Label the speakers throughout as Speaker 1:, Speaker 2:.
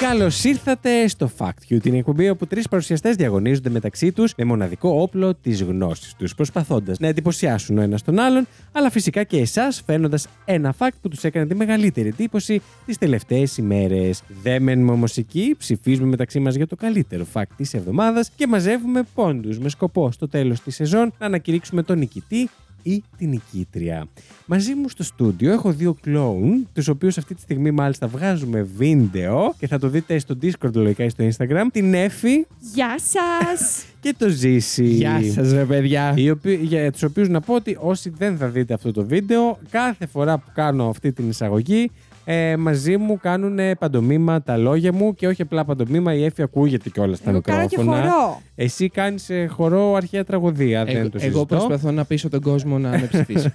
Speaker 1: Καλώ ήρθατε στο Fact You, την εκπομπή όπου τρεις παρουσιαστές διαγωνίζονται μεταξύ τους με μοναδικό όπλο της γνώσης τους, προσπαθώντας να εντυπωσιάσουν ο ένας τον άλλον, αλλά φυσικά και εσάς, φέρνοντα ένα fact που τους έκανε τη μεγαλύτερη εντύπωση τις τελευταίες ημέρες. Δεν μένουμε όμως εκεί, ψηφίζουμε μεταξύ μας για το καλύτερο fact της εβδομάδας και μαζεύουμε πόντους με σκοπό στο τέλος της σεζόν να ανακηρύξουμε τον νικητή ή την νικήτρια. Μαζί μου στο στούντιο έχω δύο κλόουν, τους οποίους αυτή τη στιγμή μάλιστα βγάζουμε βίντεο και θα το δείτε στο Discord λογικά ή στο Instagram. Την Εφη
Speaker 2: Γεια σας!
Speaker 1: και το Ζήση.
Speaker 3: Γεια σας, ρε παιδιά.
Speaker 1: Οι οποίοι- για τους οποίους να πω ότι όσοι δεν θα δείτε αυτό το βίντεο, κάθε φορά που κάνω αυτή την εισαγωγή, ε, μαζί μου κάνουν ε, παντομήμα τα λόγια μου και όχι απλά παντομήμα, η Εφη ακούγεται κιόλας στα
Speaker 2: Εγώ κάνω και
Speaker 1: μικρόφωνα.
Speaker 2: χορό.
Speaker 1: Εσύ κάνεις χορό αρχαία τραγωδία.
Speaker 3: Εγώ,
Speaker 1: δεν το συζητώ.
Speaker 3: εγώ προσπαθώ να πείσω τον κόσμο να με ψηφίσει.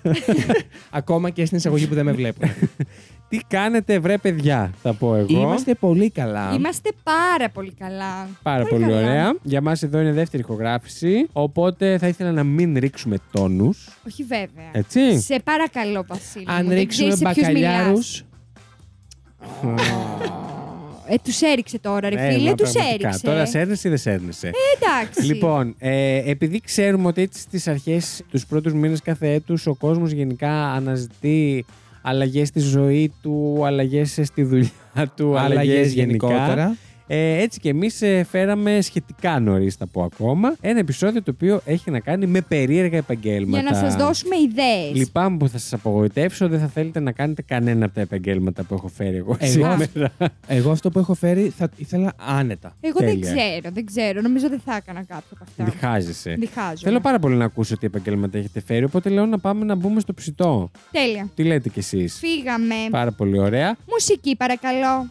Speaker 3: Ακόμα και στην εισαγωγή που δεν με βλέπουν.
Speaker 1: Τι κάνετε, βρε παιδιά, θα πω εγώ.
Speaker 3: Είμαστε πολύ καλά.
Speaker 2: Είμαστε πάρα πολύ καλά.
Speaker 1: Πάρα πολύ,
Speaker 2: καλά.
Speaker 1: ωραία. Για μας εδώ είναι δεύτερη ηχογράφηση. Οπότε θα ήθελα να μην ρίξουμε τόνους.
Speaker 2: Όχι βέβαια.
Speaker 1: Έτσι.
Speaker 2: Σε παρακαλώ, Βασίλη. μου,
Speaker 3: Αν
Speaker 2: δεν
Speaker 3: ρίξουμε
Speaker 2: ξέρεις σε ποιους
Speaker 3: μπακαλιάρους.
Speaker 2: μιλάς. Ε, τους έριξε τώρα, ρε
Speaker 1: Ναι, μα
Speaker 2: φίλε, τους
Speaker 1: πραγματικά.
Speaker 2: έριξε.
Speaker 1: Τώρα σέρνεσαι ή δεν σέρνεσαι.
Speaker 2: Εντάξει.
Speaker 1: Λοιπόν, ε, επειδή ξέρουμε ότι έτσι στις αρχές, τους πρώτους μήνες κάθε έτους, ο κόσμος γενικά αναζητεί αλλαγές στη ζωή του, αλλαγές στη δουλειά του,
Speaker 3: Αλλαγές
Speaker 1: αλλαγές γενικά.
Speaker 3: γενικότερα.
Speaker 1: Ε, έτσι και εμείς ε, φέραμε σχετικά νωρίς, θα πω ακόμα, ένα επεισόδιο το οποίο έχει να κάνει με περίεργα επαγγέλματα.
Speaker 2: για να σας δώσουμε ιδέες.
Speaker 1: Λυπάμαι που θα σας απογοητεύσω, δεν θα θέλετε να κάνετε κανένα από τα επαγγέλματα που έχω φέρει εγώ,
Speaker 3: Εγώ.
Speaker 1: σήμερα.
Speaker 3: Εγώ αυτό που έχω φέρει θα ήθελα άνετα.
Speaker 2: Εγώ δεν
Speaker 1: τέλεια.
Speaker 2: ξέρω, δεν ξέρω. Νομίζω δεν θα έκανα κάποιο από αυτά.
Speaker 1: Διχάζεσαι.
Speaker 2: Διχάζω.
Speaker 1: Θέλω πάρα πολύ να ακούσω τι επαγγέλματα έχετε φέρει, οπότε λέω να πάμε να μπούμε στο ψητό.
Speaker 2: Τέλεια.
Speaker 1: Τι λέτε κι εσείς.
Speaker 2: Φύγαμε.
Speaker 1: Πάρα πολύ ωραία.
Speaker 2: Μουσική, παρακαλώ.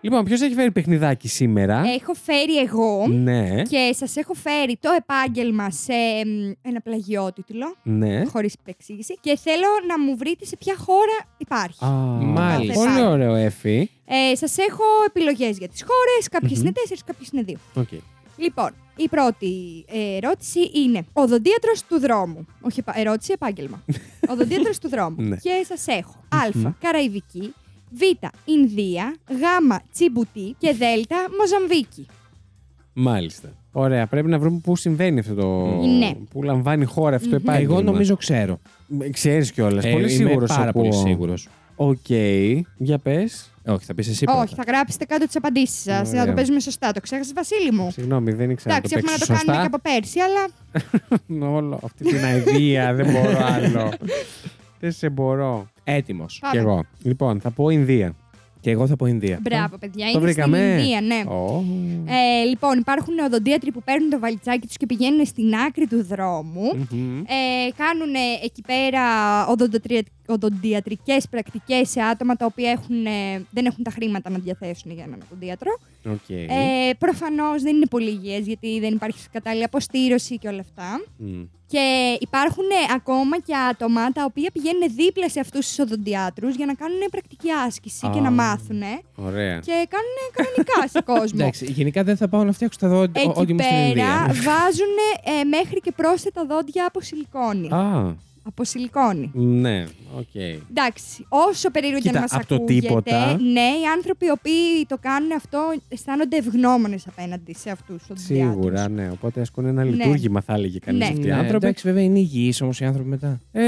Speaker 1: Λοιπόν, ποιος έχει φέρει παιχνιδάκι σήμερα.
Speaker 2: Έχω φέρει εγώ
Speaker 1: Ναι.
Speaker 2: Ε, και σας έχω φέρει το επάγγελμα σε μ, ένα πλαγιότιτλο.
Speaker 1: Ναι.
Speaker 2: χωρίς υπεξήγηση. Και θέλω να μου βρείτε σε ποια χώρα υπάρχει.
Speaker 1: Α,
Speaker 3: Μάλιστα.
Speaker 1: Πολύ
Speaker 2: Κάθε
Speaker 1: ωραίο, Εφη.
Speaker 2: Ε, Σας έχω επιλογές για τις χώρες. Κάποιες είναι τέσσερις, κάποιες είναι δύο.
Speaker 1: Okay.
Speaker 2: Λοιπόν, η πρώτη ε, ερώτηση είναι ο δοντίατρος του δρόμου. Όχι επα- ερώτηση, επάγγελμα. ο δοντίατρος του δρόμου.
Speaker 1: Ναι.
Speaker 2: και σας έχω Α. Καραϊβική. Β. Ινδία. Γ. Τσιμπουτί. Και Δ. Μοζαμβίκη.
Speaker 1: Μάλιστα. Ωραία, πρέπει να βρούμε πού συμβαίνει αυτό το.
Speaker 2: Ναι.
Speaker 1: Πού λαμβάνει η χώρα αυτό το επάγγελμα.
Speaker 3: Εγώ νομίζω ξέρω.
Speaker 1: Ξέρεις κιόλας.
Speaker 3: Ε,
Speaker 1: πολύ
Speaker 3: είμαι
Speaker 1: σίγουρος.
Speaker 3: Πάρα πολύ σίγουρος.
Speaker 1: Οκ. Για πες.
Speaker 3: Όχι, θα πεις εσύ
Speaker 2: Όχι, θα γράψετε κάτω τις απαντήσεις σας. Να το
Speaker 1: Ωραία.
Speaker 2: παίζουμε σωστά. Το ξέχασες, Βασίλη μου.
Speaker 1: Συγγνώμη, δεν ήξερα
Speaker 2: Εντάξει, έχουμε να
Speaker 1: παίξω
Speaker 2: το κάνουμε
Speaker 1: σωστά.
Speaker 2: και από πέρσι, αλλά
Speaker 1: Ναι, Όλο αυτή την αηδία, δεν μπορώ άλλο. δεν σε μπορώ.
Speaker 3: Έτοιμος.
Speaker 1: Κι
Speaker 2: πάμε.
Speaker 1: εγώ. Λοιπόν, θα πω Ινδία.
Speaker 3: Και εγώ θα πω Ινδία.
Speaker 2: Μπράβο, παιδιά.
Speaker 1: Ε, το
Speaker 2: είναι
Speaker 1: βρήκαμε.
Speaker 2: Στην Ινδία, ναι.
Speaker 1: Ω.
Speaker 2: Ε, λοιπόν, υπάρχουν νεοδοντίατροι που παίρνουν το βαλιτσάκι τους και πηγαίνουν στην άκρη του δρόμου.
Speaker 1: Μμμ.
Speaker 2: Ε, κάνουν ε, εκεί πέρα οδοντιατρικές πρακτικές σε άτομα τα οποία έχουν, ε, δεν έχουν τα χρήματα να διαθέσουν για έναν οδοντίατρο.
Speaker 1: Οκ.
Speaker 2: Ε, προφανώς δεν είναι πολύ υγιές γιατί δεν υπάρχει κατάλληλη αποστήρωση και όλα αυτά.
Speaker 1: Μμ.
Speaker 2: Και υπάρχουν ε, ακόμα και άτομα τα οποία πηγαίνουν δίπλα σε αυτούς τους οδοντιάτρους για να κάνουν ε, πρακτική άσκηση και
Speaker 1: Α.
Speaker 2: να μάθουν.
Speaker 1: Ωραία.
Speaker 2: και κάνουν κανονικά σε κόσμο.
Speaker 3: Εντάξει, γενικά δεν θα πάω να φτιάξω τα δόντια ό-
Speaker 2: Εκεί
Speaker 3: ό,τι μου στην
Speaker 2: πέρα
Speaker 3: Ινδία.
Speaker 2: βάζουν ε, μέχρι και πρόσθετα δόντια από σιλικόνη.
Speaker 1: Α,
Speaker 2: Από σιλικόνη.
Speaker 1: ναι, οκ.
Speaker 2: Εντάξει, όσο περίεργο και να
Speaker 1: Κοίτα,
Speaker 2: μα
Speaker 1: απ' το
Speaker 2: ακούγεται,
Speaker 1: τίποτα.
Speaker 2: ναι, οι άνθρωποι οι οποίοι το κάνουν αυτό αισθάνονται ευγνώμονες απέναντι σε αυτούς τους
Speaker 1: Σίγουρα, ναι. Οπότε ασκούν ένα λειτουργήμα, θα έλεγε κανείς
Speaker 2: Ναι.
Speaker 1: αυτοί οι
Speaker 3: Ναι,
Speaker 1: άνθρωποι.
Speaker 3: Εντάξει, βέβαια είναι υγιείς όμως οι άνθρωποι μετά.
Speaker 1: Ε,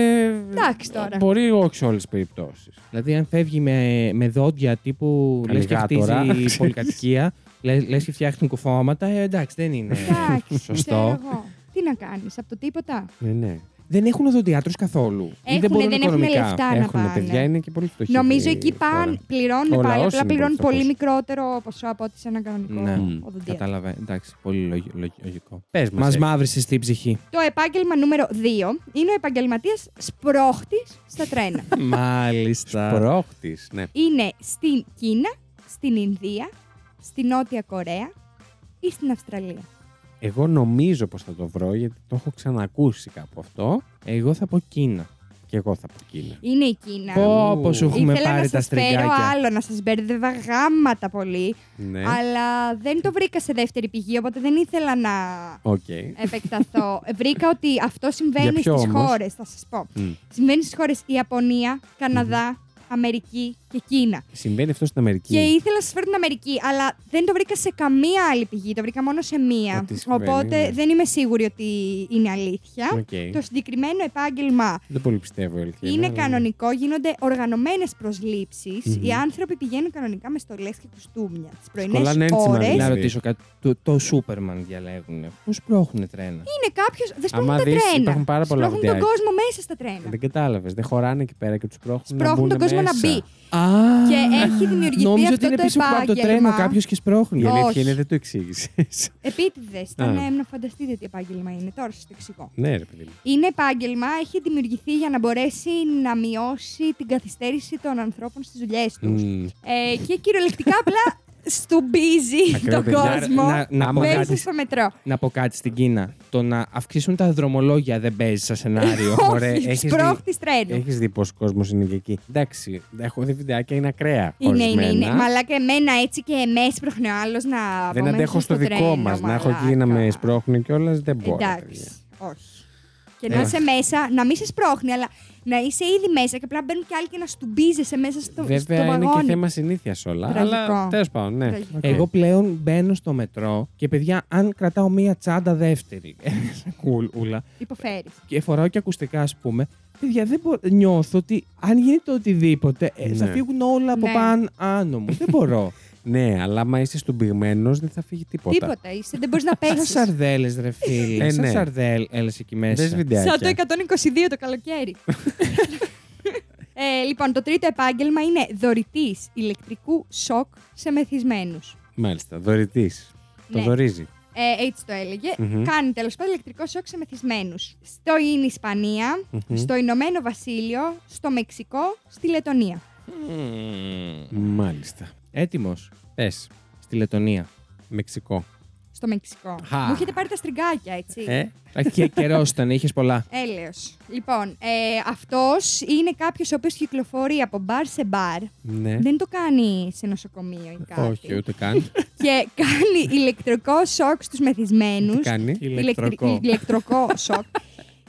Speaker 2: Εντάξει τώρα.
Speaker 1: Μπορεί όχι σε όλες τις περιπτώσεις.
Speaker 3: Δηλαδή, αν φεύγει με, με δόντια τύπου λες και
Speaker 1: Αλιγάτορα.
Speaker 3: χτίζει πολυκατοικία, λε και φτιάχνουν
Speaker 1: ναι.
Speaker 3: κουφώματα, ε, εντάξει, δεν είναι.
Speaker 2: Εντάξει,
Speaker 3: Σωστό.
Speaker 2: ξέρω εγώ. Τι να κάνεις, από το τίποτα.
Speaker 1: Ναι, ναι.
Speaker 3: δεν έχουν οδοντιάτρου καθόλου. ή δεν
Speaker 2: Έχουνε,
Speaker 3: μπορούν
Speaker 2: δεν έχουνε
Speaker 3: οικονομικά.
Speaker 2: λεφτά. να
Speaker 1: Έχουν
Speaker 2: πάνε.
Speaker 1: παιδιά, είναι και πολύ φτωχοί.
Speaker 2: ναι. Νομίζω
Speaker 1: η
Speaker 2: εκεί πάνε,
Speaker 1: χώρα.
Speaker 2: πληρώνουν
Speaker 1: Ο
Speaker 2: πάλι.
Speaker 1: λαός
Speaker 2: Απλά
Speaker 1: είναι
Speaker 2: πληρώνουν
Speaker 1: πολύ
Speaker 2: πολύ
Speaker 1: φτωχός.
Speaker 2: μικρότερο ποσό από ότι σε ένα κανονικό
Speaker 3: Ναι.
Speaker 2: οδοντίατρο.
Speaker 3: Κατάλαβε. Εντάξει, πολύ λογι- λογι- λογικό.
Speaker 1: Πες μας,
Speaker 3: Μας
Speaker 1: έτσι.
Speaker 3: μαύρισε την ψυχή.
Speaker 2: Το επάγγελμα νούμερο 2 είναι ο επαγγελματίας σπρώχτης στα τρένα.
Speaker 3: Μάλιστα.
Speaker 1: Σπρώχτης, ναι.
Speaker 2: είναι στην Κίνα, στην Ινδία, στην Νότια Κορέα ή στην Αυστραλία.
Speaker 1: Εγώ νομίζω πως θα το βρω γιατί το έχω ξανακούσει κάπου αυτό
Speaker 3: Εγώ θα πω Κίνα.
Speaker 1: και εγώ θα πω Κίνα.
Speaker 2: Είναι η Κίνα.
Speaker 3: Πω, πω σου
Speaker 1: Ου.
Speaker 3: έχουμε
Speaker 2: Ήθελα
Speaker 3: πάρει
Speaker 2: να
Speaker 3: τα
Speaker 2: σας φέρω
Speaker 3: στριγκάκια.
Speaker 2: άλλο, να σας μπέρδευα γάμματα πολύ,
Speaker 1: Ναι.
Speaker 2: αλλά δεν το βρήκα σε δεύτερη πηγή, οπότε δεν ήθελα να
Speaker 1: Οκ.
Speaker 2: επεκταθώ. βρήκα ότι αυτό
Speaker 1: Για
Speaker 2: συμβαίνει
Speaker 1: ποιο
Speaker 2: στις
Speaker 1: όμως?
Speaker 2: χώρες, θα σας πω.
Speaker 1: Μμ.
Speaker 2: Συμβαίνει στις χώρες Ιαπωνία, Καναδά, Αμερική και Κίνα.
Speaker 1: Συμβαίνει αυτό στην Αμερική.
Speaker 2: Και ήθελα να σας φέρω την Αμερική, αλλά δεν το βρήκα σε καμία άλλη πηγή. Το βρήκα μόνο σε μία.
Speaker 1: Ότι συμβαίνει,
Speaker 2: Οπότε
Speaker 1: ναι.
Speaker 2: δεν είμαι σίγουρη ότι είναι αλήθεια.
Speaker 1: Οκ. ναι,
Speaker 2: Το συγκεκριμένο επάγγελμα
Speaker 1: Δεν πολύ πιστεύω. η αλήθεια
Speaker 2: είναι
Speaker 1: αλλά-
Speaker 2: κανονικό, γίνονται οργανωμένες
Speaker 1: Μμμ.
Speaker 2: Οι άνθρωποι πηγαίνουν κανονικά με στολές και κουστούμια τις πρωινές
Speaker 1: Κολλάνε έτσι,
Speaker 2: ώρες.
Speaker 1: μάλλον.
Speaker 3: Να
Speaker 1: Δηλαδή.
Speaker 3: ρωτήσω κάτι. Το, το Σούπερμαν διαλέγουν. Πώ πρόχνουν τρένα.
Speaker 2: Είναι κάποιος. Δεν σπρώχνουν
Speaker 1: Άμα
Speaker 2: τα
Speaker 1: δεις,
Speaker 2: τρένα.
Speaker 1: υπάρχουν πάρα πολλά
Speaker 2: σπρώχνουν τον
Speaker 1: βιντεάκια.
Speaker 2: κόσμο μέσα στα τρένα.
Speaker 1: Δεν κατάλαβες. Δεν χωράνε εκεί πέρα και τους πρόχνουν. να
Speaker 2: Σπρώχνουν
Speaker 1: μπουν
Speaker 2: τον κόσμο να
Speaker 1: μέσα.
Speaker 2: μπει.
Speaker 3: Α,
Speaker 2: Και έχει δημιουργηθεί
Speaker 3: Νόμιζα ότι
Speaker 2: αυτό
Speaker 3: είναι
Speaker 2: το
Speaker 3: πίσω από το τρένο
Speaker 2: επάγγελμα.
Speaker 3: κάποιος και σπρώχνει.
Speaker 1: Η αλήθεια
Speaker 2: Όχι.
Speaker 1: είναι δεν το εξήγησες.
Speaker 2: Επίτηδες. Ήταν
Speaker 1: Α.
Speaker 2: ε, να φανταστείτε τι επάγγελμα είναι. Τώρα σας το εξηγώ.
Speaker 1: ναι, ρε παιδί. μου.
Speaker 2: Είναι επάγγελμα, έχει δημιουργηθεί για να μπορέσει να μειώσει την καθυστέρηση των ανθρώπων στις δουλειές τους.
Speaker 1: Μμ.
Speaker 2: Ε, και κυριολεκτικά απλά στουμπίζει
Speaker 1: Ακραίο,
Speaker 2: τον
Speaker 1: παιδιά.
Speaker 2: κόσμο
Speaker 3: Να- να πω
Speaker 2: μέσα
Speaker 3: κάτι.
Speaker 2: στο μετρό.
Speaker 3: Να πω κάτι στην Κίνα. Το να αυξήσουν τα δρομολόγια δεν παίζει σαν σενάριο.
Speaker 1: ωραία,
Speaker 2: Όχι,
Speaker 1: έχεις δει-
Speaker 2: σπρώχτη τρένου.
Speaker 1: Έχεις δει πόσο κόσμος είναι και εκεί. Εντάξει, έχω δει βιντεάκια, είναι ακραία.
Speaker 2: Είναι, είναι,
Speaker 1: ορισμένα.
Speaker 2: είναι. Μαλάκα εμένα έτσι και εμένα σπρώχνει ο άλλος να.
Speaker 1: Δεν
Speaker 2: από
Speaker 1: αντέχω
Speaker 2: μέσα
Speaker 1: στο δικό
Speaker 2: τρένο,
Speaker 1: μας. Να έχω εκεί
Speaker 2: μαλάκα.
Speaker 1: να με σπρώχνουν κιόλας. Δεν μπορώ.
Speaker 2: Εντάξει.
Speaker 1: παιδιά. Ε.
Speaker 2: Όχι. Και να είσαι μέσα, να μην σε σπρώχνει, αλλά να είσαι ήδη μέσα και απλά μπαίνουν κι άλλοι και να στουμπίζεσαι μέσα στο, στο
Speaker 1: Βέβαια είναι και
Speaker 2: βαγόνι.
Speaker 1: θέμα συνήθειας όλα.
Speaker 2: Τραγικό.
Speaker 1: Αλλά τέλος πάντων, ναι.
Speaker 2: Τραγικό.
Speaker 1: Οκ.
Speaker 3: Εγώ πλέον μπαίνω στο μετρό και παιδιά, αν κρατάω μία τσάντα δεύτερη, κουλούλα,
Speaker 2: Υποφέρεις.
Speaker 3: και φοράω και ακουστικά, ας πούμε, παιδιά, δεν μπο- νιώθω ότι αν γίνεται οτιδήποτε, ε, θα
Speaker 1: Ναι.
Speaker 3: φύγουν όλα από
Speaker 2: Ναι.
Speaker 3: πάνω άνω μου. δεν μπορώ.
Speaker 1: Ναι, αλλά άμα είσαι στουμπιγμένο δεν θα φύγει τίποτα.
Speaker 2: Τίποτα. Είσαι, δεν μπορείς να
Speaker 3: Σαν
Speaker 2: παίξει.
Speaker 3: σαρδέλες, ρε
Speaker 1: Ε,
Speaker 3: φίλε. Σαν
Speaker 1: ναι.
Speaker 3: σαρδέλε εκεί
Speaker 1: Δες
Speaker 3: μέσα.
Speaker 1: βιντεάκια.
Speaker 2: Σαν το 122 το καλοκαίρι. ε, λοιπόν, το τρίτο επάγγελμα είναι δωρητής ηλεκτρικού σοκ σε μεθυσμένους.
Speaker 1: Μάλιστα, δωρητής. Το
Speaker 2: Ναι.
Speaker 1: δωρίζει.
Speaker 2: Ε, έτσι το έλεγε.
Speaker 1: Μμμ.
Speaker 2: Κάνει τέλος πάντων ηλεκτρικό σοκ σε μεθυσμένους. Στο είναι Ισπανία,
Speaker 1: Μμμ.
Speaker 2: στο Ηνωμένο Βασίλειο, στο Μεξικό, στη Λετωνία.
Speaker 1: Μάλιστα.
Speaker 3: Έτοιμος
Speaker 1: Πες.
Speaker 3: στη Λετωνία.
Speaker 1: Μεξικό.
Speaker 2: Στο Μεξικό.
Speaker 1: Χα.
Speaker 2: Μου έχετε πάρει τα στριγκάκια, έτσι.
Speaker 1: Ε,
Speaker 3: Α, Και καιρό ήταν, είχες πολλά.
Speaker 2: Έλεος. Λοιπόν, ε, αυτός είναι κάποιος ο οποίος κυκλοφορεί από μπαρ σε μπαρ.
Speaker 1: ναι.
Speaker 2: Δεν το κάνει σε νοσοκομείο ή κάτι.
Speaker 1: Όχι, ούτε καν.
Speaker 2: Και κάνει ηλεκτρικό σοκ στους
Speaker 1: Τι
Speaker 2: μεθυσμένους.
Speaker 1: κάνει.
Speaker 2: Ηλεκτρικό. ηλεκτρικό σοκ.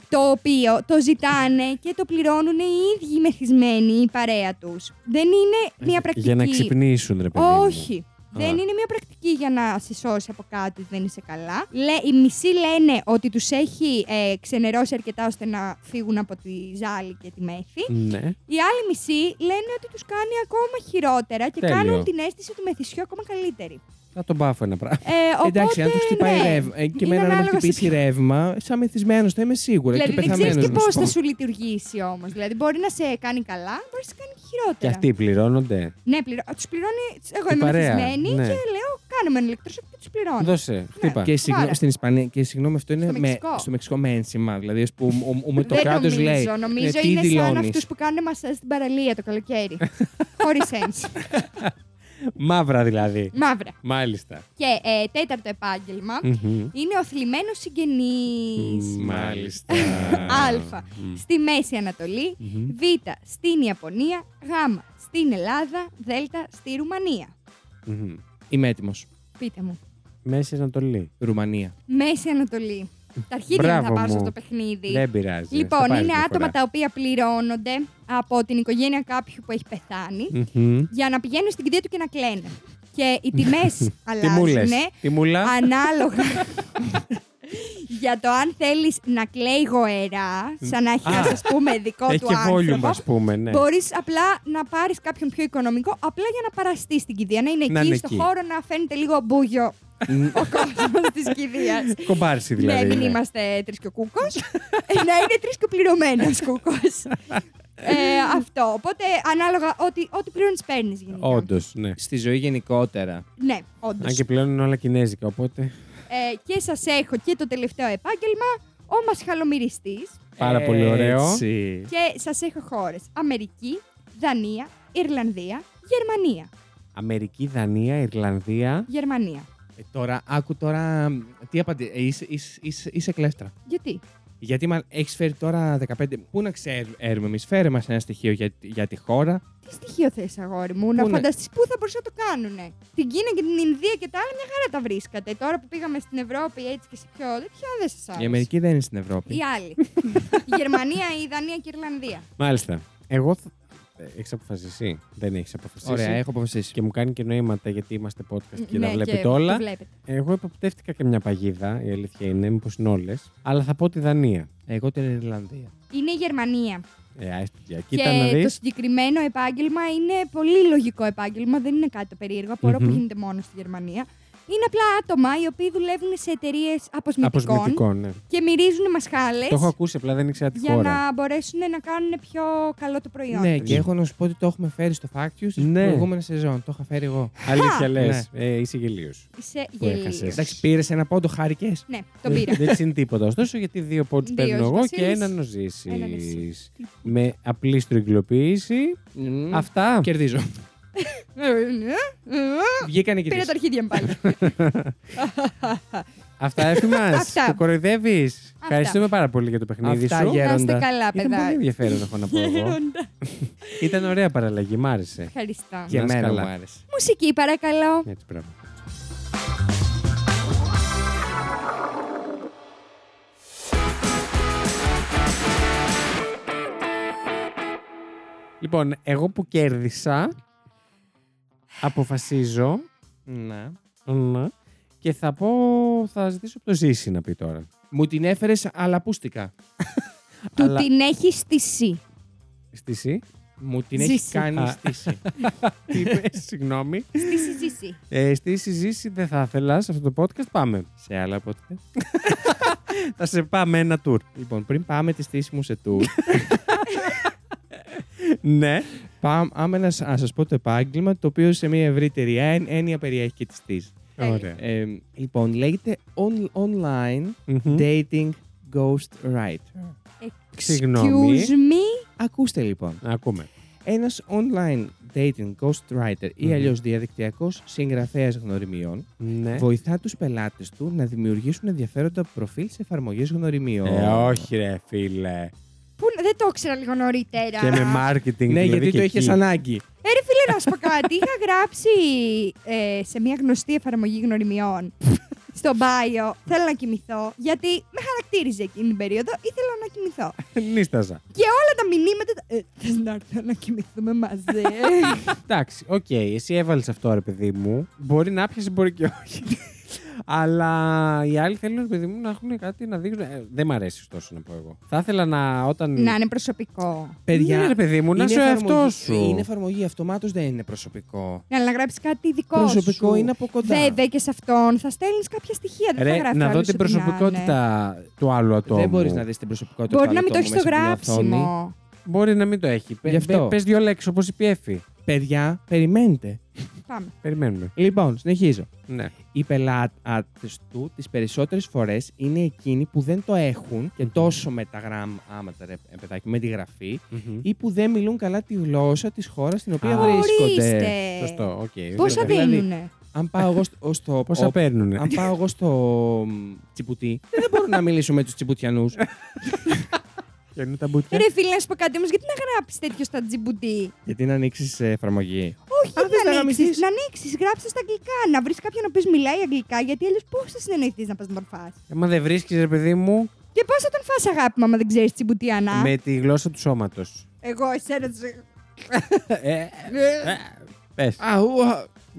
Speaker 2: το οποίο το ζητάνε και το πληρώνουν οι ίδιοι οι μεθυσμένοι, η παρέα τους. Δεν είναι μια πρακτική.
Speaker 1: Ε, Για να ξυπνήσουν, ρε παιδί. μου.
Speaker 2: Όχι. Δεν είναι μια πρακτική για να σε σώσει από κάτι που δεν είσαι καλά. Λέ, οι μισοί λένε ότι τους έχει ε, ξενερώσει αρκετά ώστε να φύγουν από τη ζάλη και τη μέθη.
Speaker 1: Ναι.
Speaker 2: Οι άλλοι μισοί λένε ότι τους κάνει ακόμα χειρότερα και
Speaker 1: Τέλειο.
Speaker 2: κάνουν την αίσθηση του μεθυσιού ακόμα καλύτερη.
Speaker 1: Θα τον πάφω ένα πράγμα.
Speaker 2: Ε, οπότε,
Speaker 3: Εντάξει, αν τους χτυπάει
Speaker 2: ναι.
Speaker 3: ρεύμα. ε, Και
Speaker 2: Είναι
Speaker 3: εμένα να με
Speaker 2: ανάλογα σε
Speaker 3: χτυπήσει
Speaker 2: ποιο-
Speaker 3: ρεύμα, σαν μεθυσμένος θα είμαι σίγουρα.
Speaker 2: Δηλαδή
Speaker 3: και
Speaker 2: δεν ξέρει
Speaker 3: πεθαμένος
Speaker 2: και
Speaker 3: να
Speaker 2: πώ
Speaker 3: σου πω.
Speaker 2: θα σου λειτουργήσει όμως. Δηλαδή μπορεί να σε κάνει καλά, μπορεί να σε κάνει και χειρότερα.
Speaker 1: Και αυτοί πληρώνονται.
Speaker 2: Ναι, πληρω... τους πληρώνει. Εγώ
Speaker 1: Η
Speaker 2: είμαι
Speaker 1: παρέα,
Speaker 2: μεθυσμένη
Speaker 1: ναι.
Speaker 2: και λέω κάνουμε ένα ηλεκτροσοκ και τους πληρώνω.
Speaker 1: Δώσε, χτύπα.
Speaker 3: Και συγγνώμη,
Speaker 2: Άρα.
Speaker 3: στην Ισπανία, και συγγνώμη, αυτό είναι
Speaker 2: Στο Μεξικό.
Speaker 3: στο Μεξικό με ένσημα. Δηλαδή, ας πούμε, ο, ο, ο
Speaker 2: Δεν
Speaker 3: μετοκράτος
Speaker 2: νομίζω.
Speaker 3: λέει.
Speaker 2: Νομίζω
Speaker 3: «Ε, τι
Speaker 2: είναι σαν
Speaker 3: δηλώνεις?»
Speaker 2: αυτούς που κάνουν μασά στην παραλία το καλοκαίρι. Χωρίς ένση.
Speaker 1: Μαύρα δηλαδή.
Speaker 2: Μαύρα.
Speaker 1: Μάλιστα.
Speaker 2: Και ε, τέταρτο επάγγελμα
Speaker 1: Μμμ.
Speaker 2: είναι ο θλιμμένος συγγενής.
Speaker 1: Μάλιστα.
Speaker 2: Α. Στη Μέση Ανατολή.
Speaker 1: Μμμ.
Speaker 2: Β. Στην Ιαπωνία. Γ. Στην Ελλάδα. Δ. Στη Ρουμανία.
Speaker 1: Μμμ.
Speaker 3: Είμαι έτοιμος.
Speaker 2: Πείτε μου.
Speaker 1: Μέση Ανατολή.
Speaker 3: Ρουμανία.
Speaker 2: Μέση Ανατολή. Τα αρχίδια μου
Speaker 1: Μπράβο
Speaker 2: θα πάρω
Speaker 1: μου.
Speaker 2: στο παιχνίδι.
Speaker 1: Δεν πειράζει. θα
Speaker 2: Λοιπόν,
Speaker 1: πάρεις
Speaker 2: είναι
Speaker 1: μια
Speaker 2: άτομα
Speaker 1: φορά.
Speaker 2: τα οποία πληρώνονται από την οικογένεια κάποιου που έχει πεθάνει
Speaker 1: Μμμ.
Speaker 2: για να πηγαίνουν στην κηδεία του και να κλαίνε. Και οι τιμές
Speaker 1: Τι μου λε.
Speaker 2: αλλάζουν
Speaker 1: Τι μου λες.
Speaker 2: ανάλογα. για το αν θέλεις να κλαίει γοερά, σαν να έχει
Speaker 1: Α.
Speaker 2: ας πούμε δικό
Speaker 1: Έχει
Speaker 2: του
Speaker 1: και volume,
Speaker 2: άνθρωπο.
Speaker 1: ας πούμε. Ναι.
Speaker 2: Μπορείς απλά να πάρεις κάποιον πιο οικονομικό, απλά για να παραστείς στην κηδεία. Να είναι
Speaker 1: Να
Speaker 2: εκεί,
Speaker 1: είναι
Speaker 2: στο
Speaker 1: εκεί.
Speaker 2: χώρο, να φαίνεται λίγο μπούγιο
Speaker 1: Ν-
Speaker 2: ο κόσμος της κηδείας.
Speaker 1: Κομπάρση δηλαδή.
Speaker 2: ναι, μην
Speaker 1: ναι.
Speaker 2: είμαστε τρεις και ο κούκος. να είναι τρεις και ο πληρωμένος κούκος. ε, αυτό. Οπότε ανάλογα, ό,τι, ό,τι πληρώνεις, παίρνεις γενικά.
Speaker 1: Όντως, ναι.
Speaker 3: Στη ζωή γενικότερα.
Speaker 2: Ναι, όντως.
Speaker 1: Αν και πλέον είναι όλα κινέζικα, οπότε
Speaker 2: Ε, και σας έχω και το τελευταίο επάγγελμα, ο μασχαλομυριστής.
Speaker 1: πάρα πολύ ωραίο.
Speaker 3: Έτσι.
Speaker 2: Και σας έχω χώρες. Αμερική, Δανία, Ιρλανδία, Γερμανία.
Speaker 1: Αμερική, Δανία, Ιρλανδία.
Speaker 2: Γερμανία.
Speaker 3: Ε, τώρα, άκου τώρα. μ, Τι απαντή. ε, είσαι, είσαι, είσαι, είσαι κλέστρα.
Speaker 2: Γιατί.
Speaker 3: Γιατί μα έχεις φέρει τώρα 15. Πού να ξέρουμε εμείς, φέρε μας ένα στοιχείο για, για τη χώρα.
Speaker 2: Τι στοιχείο θες, αγόρι μου, να
Speaker 3: Πού είναι?
Speaker 2: φανταστείς πού θα μπορούσαν να το κάνουνε. Την Κίνα και την Ινδία και τα άλλα μια χαρά τα βρίσκατε. Τώρα που πήγαμε στην Ευρώπη έτσι και σε πιο τέτοια, δεν σα
Speaker 3: Η
Speaker 2: άρεσε.
Speaker 3: Αμερική δεν είναι στην Ευρώπη.
Speaker 2: Η άλλη. η Γερμανία, η Δανία και η Ιρλανδία.
Speaker 1: Μάλιστα. Εγώ. Θα... Έχεις αποφασίσει. Δεν έχεις αποφασίσει.
Speaker 3: Ωραία, έχω αποφασίσει.
Speaker 1: Και μου κάνει και νοήματα γιατί είμαστε podcast και τα
Speaker 2: Ναι,
Speaker 1: βλέπετε
Speaker 2: το
Speaker 1: όλα.
Speaker 2: βλέπετε.
Speaker 1: Εγώ υποπτεύτηκα και μια παγίδα, η αλήθεια είναι, μήπως είναι όλες. Αλλά θα πω τη Δανία.
Speaker 3: Εγώ την Ιρλανδία.
Speaker 2: Είναι η Γερμανία.
Speaker 1: Ε, άσε, παιδιά. Κοίτα
Speaker 2: και
Speaker 1: να δει.
Speaker 2: το συγκεκριμένο επάγγελμα είναι πολύ λογικό επάγγελμα, δεν είναι κάτι το περίεργο. απορώ
Speaker 1: Μμμ.
Speaker 2: που γίνεται μόνο στη Γερμανία. Είναι απλά άτομα οι οποίοι δουλεύουν σε εταιρείες αποσμητικών,
Speaker 1: Αποσμητικό, ναι.
Speaker 2: και μυρίζουν μασχάλε
Speaker 1: Το έχω ακούσει, απλά δεν ήξερα τη
Speaker 2: για
Speaker 1: χώρα.
Speaker 2: να μπορέσουν να κάνουν πιο καλό το προϊόν.
Speaker 3: Ναι,
Speaker 2: τους.
Speaker 3: και έχω να σου πω ότι το έχουμε φέρει στο Fact You στις
Speaker 1: Ναι.
Speaker 3: προηγούμενες σεζόν. Το είχα φέρει εγώ.
Speaker 1: Αλήθεια
Speaker 2: Α,
Speaker 1: λες.
Speaker 3: ναι.
Speaker 1: Ε, είσαι γελίος.
Speaker 2: Είσαι
Speaker 1: Που έχασες.
Speaker 2: γελίος.
Speaker 3: Εντάξει, πήρες ένα πόντο, χάρηκες.
Speaker 2: Ναι, τον πήρα.
Speaker 1: Δεν είναι τίποτα. Ωστόσο, γιατί δύο πόντους
Speaker 2: Δύο
Speaker 1: παίρνω εγώ
Speaker 2: Βασίλης,
Speaker 1: και έναν ο
Speaker 2: έναν
Speaker 1: Ζήση.
Speaker 2: εσύ.
Speaker 1: Με απλή στρογγυλοποίηση. Αυτά.
Speaker 3: Κερδίζω. Βγήκανε και
Speaker 2: Πήρα τα
Speaker 3: τρεις.
Speaker 2: αρχίδια μου πάλι.
Speaker 1: Αυτά έφημα.
Speaker 2: Αυτά.
Speaker 1: Το κοροϊδεύει. Ευχαριστούμε πάρα πολύ για το παιχνίδι
Speaker 3: Αυτά,
Speaker 1: σου.
Speaker 3: γε-
Speaker 2: Να είστε
Speaker 3: Γέροντα.
Speaker 2: καλά,
Speaker 1: Ήταν πολύ
Speaker 2: παιδάκι.
Speaker 1: ενδιαφέρον, έχω να πω εγώ.
Speaker 2: Γέροντα.
Speaker 1: Ήταν ωραία παραλλαγή, μ' άρεσε.
Speaker 2: Ευχαριστώ.
Speaker 3: Και
Speaker 1: Να είσαι
Speaker 3: εμένα μου
Speaker 1: καλά.
Speaker 3: άρεσε.
Speaker 2: Μουσική, παρακαλώ.
Speaker 1: Έτσι πράγμα. Λοιπόν, εγώ που κέρδισα, αποφασίζω
Speaker 3: Ναι.
Speaker 1: να, και θα πω, θα ζητήσω από το Ζήση να πει τώρα.
Speaker 3: Μου την έφερες, αλλά ακούστηκα.
Speaker 2: Του
Speaker 1: Αλλά-
Speaker 2: την έχεις στήσει.
Speaker 1: Στη Σι.
Speaker 3: Μου την
Speaker 2: Ζήση.
Speaker 3: έχει κάνει
Speaker 1: Α.
Speaker 3: στήση.
Speaker 1: Τι είπες, συγγνώμη.
Speaker 2: Στήσει, ζήσει.
Speaker 1: Ε, στη συζήτηση δεν θα ήθελα σε αυτό το podcast. Πάμε.
Speaker 3: σε άλλα podcast.
Speaker 1: Θα σε πάμε ένα tour.
Speaker 3: Λοιπόν, πριν πάμε τη στήση μου σε του,
Speaker 1: ναι.
Speaker 3: πάμε να σας πω το επάγγελμα, το οποίο σε μια ευρύτερη έν- έννοια περιέχει και τη στήση.
Speaker 1: Ωραία.
Speaker 3: Ε, λοιπόν, λέγεται on- online
Speaker 1: Μμμ.
Speaker 3: dating ghost writer.
Speaker 1: Συγγνώμη.
Speaker 2: Excuse me.
Speaker 3: Ακούστε λοιπόν.
Speaker 1: Ακούμε.
Speaker 3: Ένας online dating ghostwriter ή
Speaker 1: Μμμ.
Speaker 3: αλλιώς διαδικτυακός συγγραφέας γνωριμιών ε,
Speaker 1: Ναι.
Speaker 3: βοηθά τους πελάτες του να δημιουργήσουν ενδιαφέροντα προφίλ σε εφαρμογές γνωριμιών.
Speaker 1: Ε, όχι ρε φίλε.
Speaker 2: Πού, δεν το ήξερα λίγο νωρίτερα.
Speaker 1: Και με marketing
Speaker 3: Ναι,
Speaker 1: δηλαδή και
Speaker 3: γιατί το
Speaker 1: εκεί.
Speaker 3: έχεις ανάγκη.
Speaker 2: Ε, ρε φίλε, να σου πω κάτι. Είχα γράψει ε, σε μια γνωστή εφαρμογή γνωριμιών στο bio. Θέλω να κοιμηθώ. Γιατί με χαρακτήριζε εκείνη την περίοδο. Ήθελα να κοιμηθώ.
Speaker 1: Νίσταζα.
Speaker 2: Και όλα τα μηνύματα. τα- Ε, θες να έρθω να κοιμηθούμε μαζί.
Speaker 1: Εντάξει, οκ, εσύ έβαλες αυτό ρε παιδί μου. Μπορεί να πιάσει, μπορεί και όχι. Αλλά οι άλλοι θέλουν, ρε παιδί μου, να έχουν κάτι να δείξουν. Ε, δεν μ' αρέσει ωστόσο να πω εγώ. Θα ήθελα να όταν.
Speaker 2: να είναι προσωπικό.
Speaker 3: Παιδιά,
Speaker 1: Ναι, ρε παιδί μου, να
Speaker 3: είναι
Speaker 1: είσαι ο εαυτό
Speaker 3: εφαρμογή- ε,
Speaker 1: σου.
Speaker 3: Είναι εφαρμογή, αυτομάτως δεν είναι προσωπικό.
Speaker 2: Ναι, αλλά να γράψεις κάτι δικό σου.
Speaker 3: Προσωπικό είναι από κοντά.
Speaker 2: Βέβαια και σε αυτόν θα στέλνεις κάποια στοιχεία. Δεν θα
Speaker 1: Ρε,
Speaker 2: γράφει
Speaker 1: να δω
Speaker 2: άλλος
Speaker 1: την
Speaker 2: ότι είναι, ναι.
Speaker 1: προσωπικότητα του άλλου ατόμου.
Speaker 3: Δεν μπορείς να δεις την προσωπικότητα
Speaker 2: Μπορεί
Speaker 3: του
Speaker 2: να
Speaker 3: άλλου
Speaker 2: μην το έχει
Speaker 3: ατόμου
Speaker 2: στο
Speaker 3: μέσα από την οθόνη.
Speaker 2: γράψιμο.
Speaker 1: Μπορεί να μην το έχει.
Speaker 3: Γι' αυτό.
Speaker 1: Πε δύο λέξεις όπως η Πιέφη.
Speaker 3: Παιδιά, περιμένετε.
Speaker 2: Πάμε.
Speaker 1: Περιμένουμε.
Speaker 3: Λοιπόν, συνεχίζω.
Speaker 1: Ναι.
Speaker 3: Οι πελάτες του τις περισσότερες φορές είναι εκείνοι που δεν το έχουν και τόσο με τα γράμματα, ρε ε, παιδάκι, με τη γραφή, ή που δεν μιλούν καλά τη γλώσσα της χώρας στην οποία
Speaker 1: Α,
Speaker 3: βρίσκονται.
Speaker 2: Ορίστε.
Speaker 1: Σωστό, οκ.
Speaker 2: Πόσα
Speaker 1: Δηλαδή,
Speaker 3: Δηλαδή-
Speaker 2: δίνουνε.
Speaker 3: Αν πάω εγώ στο. στο-
Speaker 1: Πόσα
Speaker 3: ο-
Speaker 1: παίρνουνε.
Speaker 3: αν πάω εγώ στο μ, τσιμπουτί, δεν μπορώ να μιλήσω με τους τσιμπουτιανού.
Speaker 1: Παίρνουν τα μπουτια.
Speaker 2: Ρε φίλε, να σου πω κάτι όμως, γιατί να γράψεις τέτοιο στα τζιμπουτί.
Speaker 3: Γιατί να ανοίξεις εφαρμογή.
Speaker 2: Όχι,
Speaker 3: Α, θες να
Speaker 2: να ανοίξει.
Speaker 3: γαμηθείς?
Speaker 2: Να ανοίξεις, γράψε στα αγγλικά. Να βρεις κάποιον ο οποίος μιλάει αγγλικά, γιατί αλλιώς πώς θα συνεννοηθείς να πας να τον φά.
Speaker 1: Άμα δεν βρίσκεις, ρε παιδί μου,
Speaker 2: Και πώς θα τον φά, αγάπη μου, άμα δεν ξέρεις τσιμπουτιανά.
Speaker 1: με τη γλώσσα του σώματος.
Speaker 2: Εγώ, εσένα. τους-
Speaker 1: ε,
Speaker 2: Ε,
Speaker 1: Πες.
Speaker 3: Αου, α,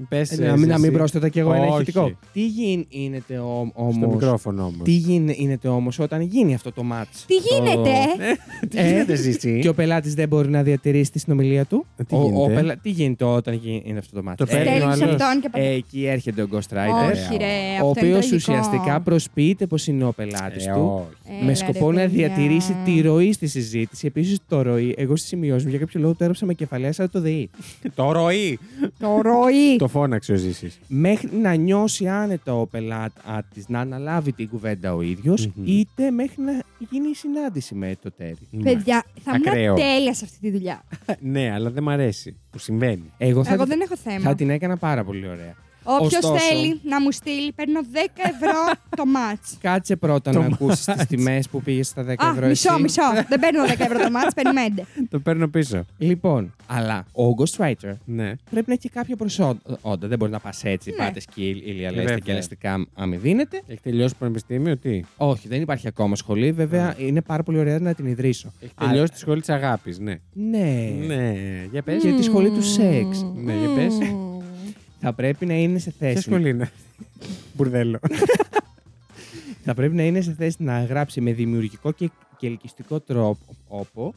Speaker 1: Πες,
Speaker 3: Ε,
Speaker 1: ε,
Speaker 3: να μην, να
Speaker 1: εσύ.
Speaker 3: μην πρόσθετα κι εγώ ένα
Speaker 1: Όχι.
Speaker 3: ηχητικό. Τι γι- γίνεται όμω.
Speaker 1: Στο μικρόφωνο όμως.
Speaker 3: Τι γι- γίνεται όμως όταν γίνει αυτό το match.
Speaker 2: Τι γίνεται! ε?
Speaker 3: Ε,
Speaker 1: Τι γίνεται, Ζήση.
Speaker 3: Και ο πελάτης δεν μπορεί να διατηρήσει τη συνομιλία του.
Speaker 1: Ε, τι
Speaker 3: ο, ο
Speaker 1: γίνεται?
Speaker 3: πελα- τι γίνεται όταν γι- είναι αυτό το μάτι.
Speaker 1: Το παίρνει ο
Speaker 2: Στέλνει
Speaker 1: άλλος.
Speaker 2: αυτόν και πα-
Speaker 3: Ε, εκεί έρχεται ο Ghost Rider.
Speaker 2: Όχι, ρε.
Speaker 3: Ε, ο
Speaker 2: αυτό είναι
Speaker 3: οποίος
Speaker 2: τραγικό.
Speaker 3: ουσιαστικά προσποιείται πως είναι ο πελάτης
Speaker 1: Ε,
Speaker 3: του.
Speaker 1: όχι.
Speaker 2: Έλα,
Speaker 3: με
Speaker 2: ρε,
Speaker 3: σκοπό να
Speaker 2: παιδιά.
Speaker 3: διατηρήσει τη ροή στη συζήτηση. Επίσης, το ροή, εγώ στι σημειώσει μου για κάποιο λόγο το έγραψα με κεφαλαία σαν το ΔΕΗ.
Speaker 1: Το ροή.
Speaker 2: Το ροή.
Speaker 1: Το φώναξε ο Ζήσης.
Speaker 3: Μέχρι να νιώσει άνετα ο πελάτης να αναλάβει την κουβέντα ο ίδιος,
Speaker 1: Μμμ. Ναι.
Speaker 3: είτε μέχρι να γίνει η συνάντηση με το τέρι.
Speaker 2: Παιδιά, θα
Speaker 1: Ακραίο.
Speaker 2: ήμουν τέλεια σε αυτή τη δουλειά.
Speaker 3: Ε.
Speaker 1: Ναι, αλλά δεν μ' αρέσει που συμβαίνει.
Speaker 3: Εγώ θα,
Speaker 2: Εγώ
Speaker 3: τη-
Speaker 2: δεν έχω θέμα.
Speaker 3: θα την έκανα πάρα πολύ ωραία.
Speaker 2: Όποιος
Speaker 3: Ωστόσο-
Speaker 2: θέλει να μου στείλει, παίρνω 10 ευρώ το μάτς.
Speaker 3: Κάτσε πρώτα
Speaker 1: Το
Speaker 3: να ακούσεις τις τιμές που πήγες στα 10
Speaker 2: Α,
Speaker 3: ευρώ.
Speaker 2: μισό,
Speaker 3: εσύ. Ναι,
Speaker 2: μισό. Δεν παίρνω 10 ευρώ το μάτς, περιμένετε.
Speaker 1: Το παίρνω πίσω.
Speaker 3: Λοιπόν, αλλά ο Ghostwriter
Speaker 1: Ναι.
Speaker 3: πρέπει να έχει κάποια προσόντα. Δεν μπορεί να πας έτσι,
Speaker 2: Ναι.
Speaker 3: πάτε skill, ηλια λέστε
Speaker 1: Ε, Βέβαια.
Speaker 3: και ελαστικά άμα δίνεται.
Speaker 1: Έχει τελειώσει πανεπιστήμιο, τι.
Speaker 3: Όχι, δεν υπάρχει ακόμα σχολή. Βέβαια, είναι πάρα πολύ ωραία να την ιδρύσω.
Speaker 1: Ναι. Έχει
Speaker 3: Αλλά-
Speaker 1: τελειώσει τη σχολή της αγάπης, ναι.
Speaker 3: Ναι.
Speaker 1: Ναι, για πε.
Speaker 3: Πες. Και τη σχολή του σεξ.
Speaker 1: Ναι, για πες.
Speaker 3: Θα πρέπει να είναι σε θέση.
Speaker 1: Ποια σχολή είναι. Μπουρδέλο.
Speaker 3: Θα πρέπει να είναι σε θέση να γράψει με δημιουργικό και, και ελκυστικό τρόπο,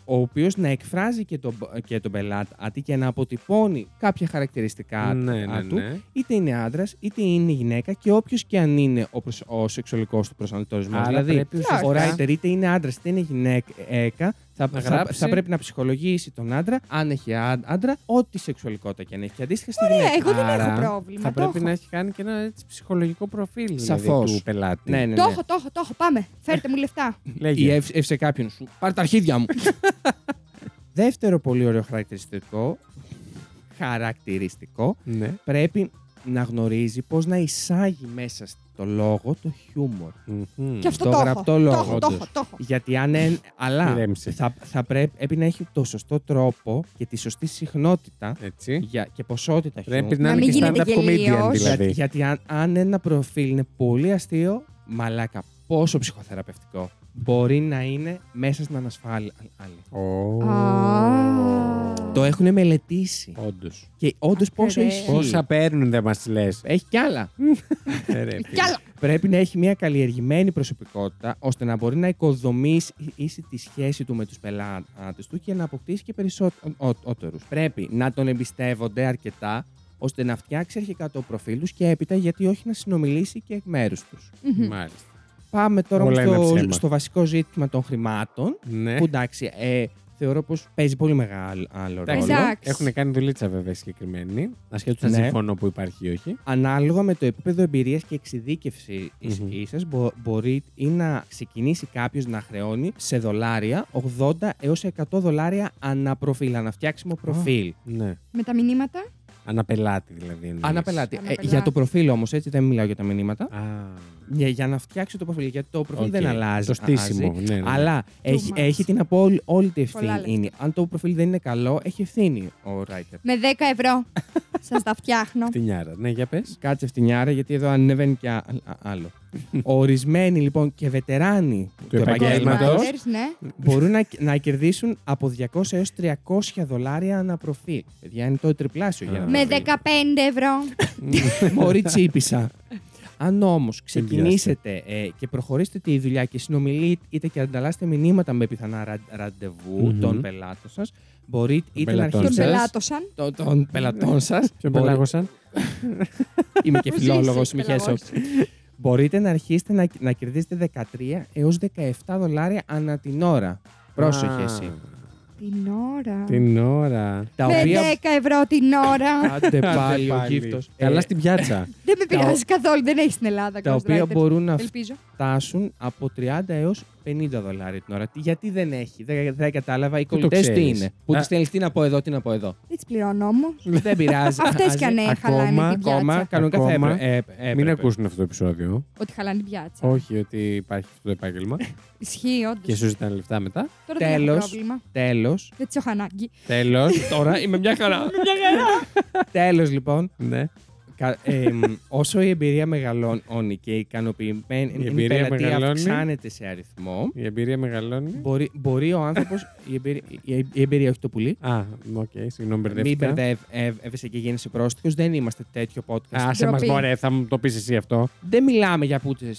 Speaker 3: ο οποίος να εκφράζει και τον, και τον πελάτη και να αποτυπώνει κάποια χαρακτηριστικά
Speaker 1: ναι, ναι,
Speaker 3: του,
Speaker 1: ναι.
Speaker 3: είτε είναι άντρας, είτε είναι γυναίκα και όποιος και αν είναι ο, προσ... ο σεξουαλικός του προσανατολισμός.
Speaker 1: Άρα
Speaker 3: Δηλαδή,
Speaker 1: πρέπει
Speaker 3: ο
Speaker 1: ουσιαστικά-
Speaker 3: writer είτε είναι άντρας είτε είναι γυναίκα, θα,
Speaker 1: Να
Speaker 3: θα,
Speaker 1: γράψει.
Speaker 3: θα πρέπει να ψυχολογήσει τον άντρα, αν έχει αν- άντρα, ό,τι σεξουαλικότητα και αν έχει. Και αντίστοιχα στη
Speaker 2: Ωραία,
Speaker 3: γυναίκα.
Speaker 2: εγώ δεν
Speaker 1: Άρα,
Speaker 2: έχω πρόβλημα.
Speaker 1: Θα
Speaker 2: το
Speaker 1: πρέπει
Speaker 2: έχω.
Speaker 1: να έχει κάνει και ένα έτσι, ψυχολογικό προφίλ δηλαδή,
Speaker 3: Σαφώς.
Speaker 1: του πελάτη.
Speaker 3: Ναι, ναι, Mm,
Speaker 2: Το
Speaker 3: ναι.
Speaker 2: έχω, το έχω, το έχω. Πάμε. Φέρτε μου λεφτά.
Speaker 3: Ή
Speaker 1: Λέγε.
Speaker 3: έφ- έφυσε κάποιον σου. Πάρε τα αρχίδια μου. Δεύτερο πολύ ωραίο χαρακτηριστικό, χαρακτηριστικό,
Speaker 1: Ναι.
Speaker 3: πρέπει να γνωρίζει πώς να εισάγει μέσα στο λόγο το χιούμορ.
Speaker 1: Μμμ.
Speaker 2: Και αυτό
Speaker 3: Το
Speaker 2: το έχω.
Speaker 3: γραπτό
Speaker 2: Το
Speaker 3: λόγο,
Speaker 2: έχω, το
Speaker 3: όντως.
Speaker 2: έχω, το έχω.
Speaker 3: Γιατί αν. εν- αλλά
Speaker 1: Ηρέμησε.
Speaker 3: θα, θα πρέπει να έχει το σωστό τρόπο και τη σωστή συχνότητα
Speaker 1: Έτσι.
Speaker 3: για, και ποσότητα
Speaker 1: Ε. Πρέπει
Speaker 3: χιούμορ.
Speaker 1: να
Speaker 2: Να
Speaker 1: είναι
Speaker 2: μην
Speaker 1: και
Speaker 2: γίνεται
Speaker 1: stand-up comedian
Speaker 2: γελίος.
Speaker 1: δηλαδή.
Speaker 3: Γιατί, γιατί αν, αν ένα προφίλ είναι πολύ αστείο, μαλάκα, πόσο ψυχοθεραπευτικό μπορεί να είναι μέσα στην ανασφάλεια.
Speaker 1: Ω.
Speaker 2: Α.
Speaker 3: Το έχουν μελετήσει.
Speaker 1: Όντως.
Speaker 3: Και όντως πόσο
Speaker 2: Ρε.
Speaker 3: ισχύει.
Speaker 1: Πόσα παίρνουν δεν Ε, μα λες.
Speaker 3: Έχει κι άλλα. Ε,
Speaker 2: Κι άλλα.
Speaker 3: Πρέπει να έχει μια καλλιεργημένη προσωπικότητα ώστε να μπορεί να οικοδομήσει ίση τη σχέση του με τους πελάτες του και να αποκτήσει και περισσότερου. Πρέπει να τον εμπιστεύονται αρκετά ώστε να φτιάξει αρχικά το προφίλ τους και έπειτα γιατί όχι να συνομιλήσει και εκ μέρους τους.
Speaker 2: Μμμ.
Speaker 1: Μάλιστα.
Speaker 3: Πάμε τώρα όμως
Speaker 1: Όλα είναι
Speaker 3: στο,
Speaker 1: ψέμα.
Speaker 3: στο βασικό ζήτημα των χρημάτων.
Speaker 1: Ναι.
Speaker 3: Που εντάξει, ε, θεωρώ πως παίζει πολύ μεγάλο ρόλο.
Speaker 2: Εντάξει. Εντάξει.
Speaker 1: Έχουν κάνει δουλίτσα βέβαια συγκεκριμένη. Ασχέτω αν
Speaker 3: Ναι.
Speaker 1: συμφωνώ που υπάρχει ή όχι.
Speaker 3: Ανάλογα με το επίπεδο εμπειρίας και εξειδίκευση
Speaker 1: Μμμ.
Speaker 3: σα, μπορεί ή να ξεκινήσει κάποιος να χρεώνει σε δολάρια 80 έω 100 δολάρια αναπροφίλ, αναφτιάξιμο προφίλ.
Speaker 1: Ναι.
Speaker 2: Με τα μηνύματα.
Speaker 1: Αναπελάτη δηλαδή. εννοείς.
Speaker 3: Αναπελάτη. Ε,
Speaker 2: Αναπελάτη.
Speaker 3: για το προφίλ όμως, έτσι δεν μιλάω για τα μηνύματα.
Speaker 1: Α.
Speaker 3: Για, για να φτιάξει το προφίλ, γιατί το προφίλ
Speaker 1: οκ.
Speaker 3: δεν αλλάζει.
Speaker 1: Το στήσιμο.
Speaker 3: αλλάζει.
Speaker 1: Ναι, ναι, ναι.
Speaker 3: Αλλά έχει,
Speaker 2: much.
Speaker 3: έχει την απόλυτη
Speaker 2: Πολλά
Speaker 3: ευθύνη. Αν το προφίλ δεν είναι καλό, έχει ευθύνη ο writer.
Speaker 2: Με 10 ευρώ. Σας τα φτιάχνω.
Speaker 1: Φτηνιάρα. Ναι, για πες.
Speaker 3: Κάτσε φτηνιάρα, γιατί εδώ ανεβαίνει και α- α- άλλο. Ορισμένοι λοιπόν και βετεράνοι του
Speaker 1: επαγγέλματος.
Speaker 3: επαγγέλματος
Speaker 2: Ghostwriters, Ναι.
Speaker 3: μπορούν να, να κερδίσουν από 200 έως 300 δολάρια αναπροφή. Παιδιά, είναι το τριπλάσιο για να
Speaker 2: Με
Speaker 3: το βρει.
Speaker 2: 15 ευρώ.
Speaker 3: Μωρή τσίπησα. Αν όμως ξεκινήσετε ε, και προχωρήσετε τη δουλειά και συνομιλείτε και ανταλλάσσετε μηνύματα με πιθανά ρα- ραντεβού
Speaker 1: Μμμ. των
Speaker 3: των πελάτων σας, μπορείτε είτε να
Speaker 1: πελατών
Speaker 2: Τον
Speaker 1: σας.
Speaker 3: αρχίσετε.
Speaker 2: πελάτωσαν.
Speaker 3: Των, των πελατών σας.
Speaker 1: Ποιον πελάγωσαν.
Speaker 3: Είμαι και φιλόλογο,
Speaker 2: Ζήσεις,
Speaker 3: μη χέσω.
Speaker 2: πελαγός.
Speaker 3: Μπορείτε να αρχίσετε να, να κερδίσετε 13 έως 17 δολάρια ανά την ώρα. Πρόσεχε
Speaker 1: Α,
Speaker 3: εσύ.
Speaker 2: Την ώρα.
Speaker 1: Την ώρα.
Speaker 3: Τα
Speaker 2: Με 10 ευρώ την ώρα.
Speaker 3: Άντε πάλι ο
Speaker 1: Πάλι.
Speaker 3: γύφτος.
Speaker 1: Καλά
Speaker 3: Ε,
Speaker 1: στην πιάτσα.
Speaker 2: Δεν με πειράζει καθόλου, δεν έχει στην Ελλάδα.
Speaker 3: τα
Speaker 2: Ghost
Speaker 3: οποία
Speaker 2: Riders.
Speaker 3: μπορούν να
Speaker 2: Ελπίζω.
Speaker 3: φτάσουν από 30 έως 50 δολάρια την ώρα. Τι- Γιατί δεν έχει, δεν, δεν κατάλαβα. Οι
Speaker 1: το
Speaker 3: κολλητές τι
Speaker 1: ξέρεις.
Speaker 3: είναι. Που
Speaker 1: Α.
Speaker 3: τις στέλνεις τι να πω εδώ, τι να πω εδώ.
Speaker 2: Δεν τις πληρώνω όμω.
Speaker 3: δεν πειράζει.
Speaker 2: Αυτές κι αν
Speaker 3: Ας-
Speaker 2: ε, χαλάνε την
Speaker 3: Ακόμα,
Speaker 2: πιάτσα.
Speaker 3: κανονικά θα
Speaker 1: Ακόμα.
Speaker 3: έπρε- ε, έπρεπε.
Speaker 1: Μην ακούσουν αυτό το επεισόδιο.
Speaker 2: Ότι χαλάνε την πιάτσα.
Speaker 1: Όχι ότι υπάρχει αυτό το επάγγελμα.
Speaker 2: Ισχύει, όντως.
Speaker 1: Και σου ζητάνε λεφτά μετά.
Speaker 2: Τώρα δεν έχω
Speaker 3: Τέλος.
Speaker 2: πρόβλημα.
Speaker 3: Τέλος.
Speaker 2: Δεν τις έχω ανάγκη.
Speaker 1: Τέλος.
Speaker 3: Τώρα είμαι μια χαρά. Τέλος λοιπόν.
Speaker 1: Ναι.
Speaker 3: Κα- εμ, όσο η εμπειρία μεγαλώνει και η ικανοποιημένη
Speaker 1: Η εμπειρία
Speaker 3: πελατεία
Speaker 1: μεγαλώνει.
Speaker 3: αυξάνεται σε αριθμό,
Speaker 1: Η εμπειρία μεγαλώνει.
Speaker 3: μπορεί, μπορεί ο άνθρωπος. η, εμπειρία, η, η εμπειρία, όχι το πουλί.
Speaker 1: Α, οκ, συγγνώμη,
Speaker 3: Μην
Speaker 1: μπερδεύτηκα.
Speaker 3: μπερδεύεσαι και γίνεσαι πρόστιχος. Δεν είμαστε τέτοιο podcast.
Speaker 1: Άσε μας
Speaker 2: Ντροπή.
Speaker 1: μωρέ, θα μου το πεις εσύ αυτό. Ε,
Speaker 3: Δεν μιλάμε για πούτσε.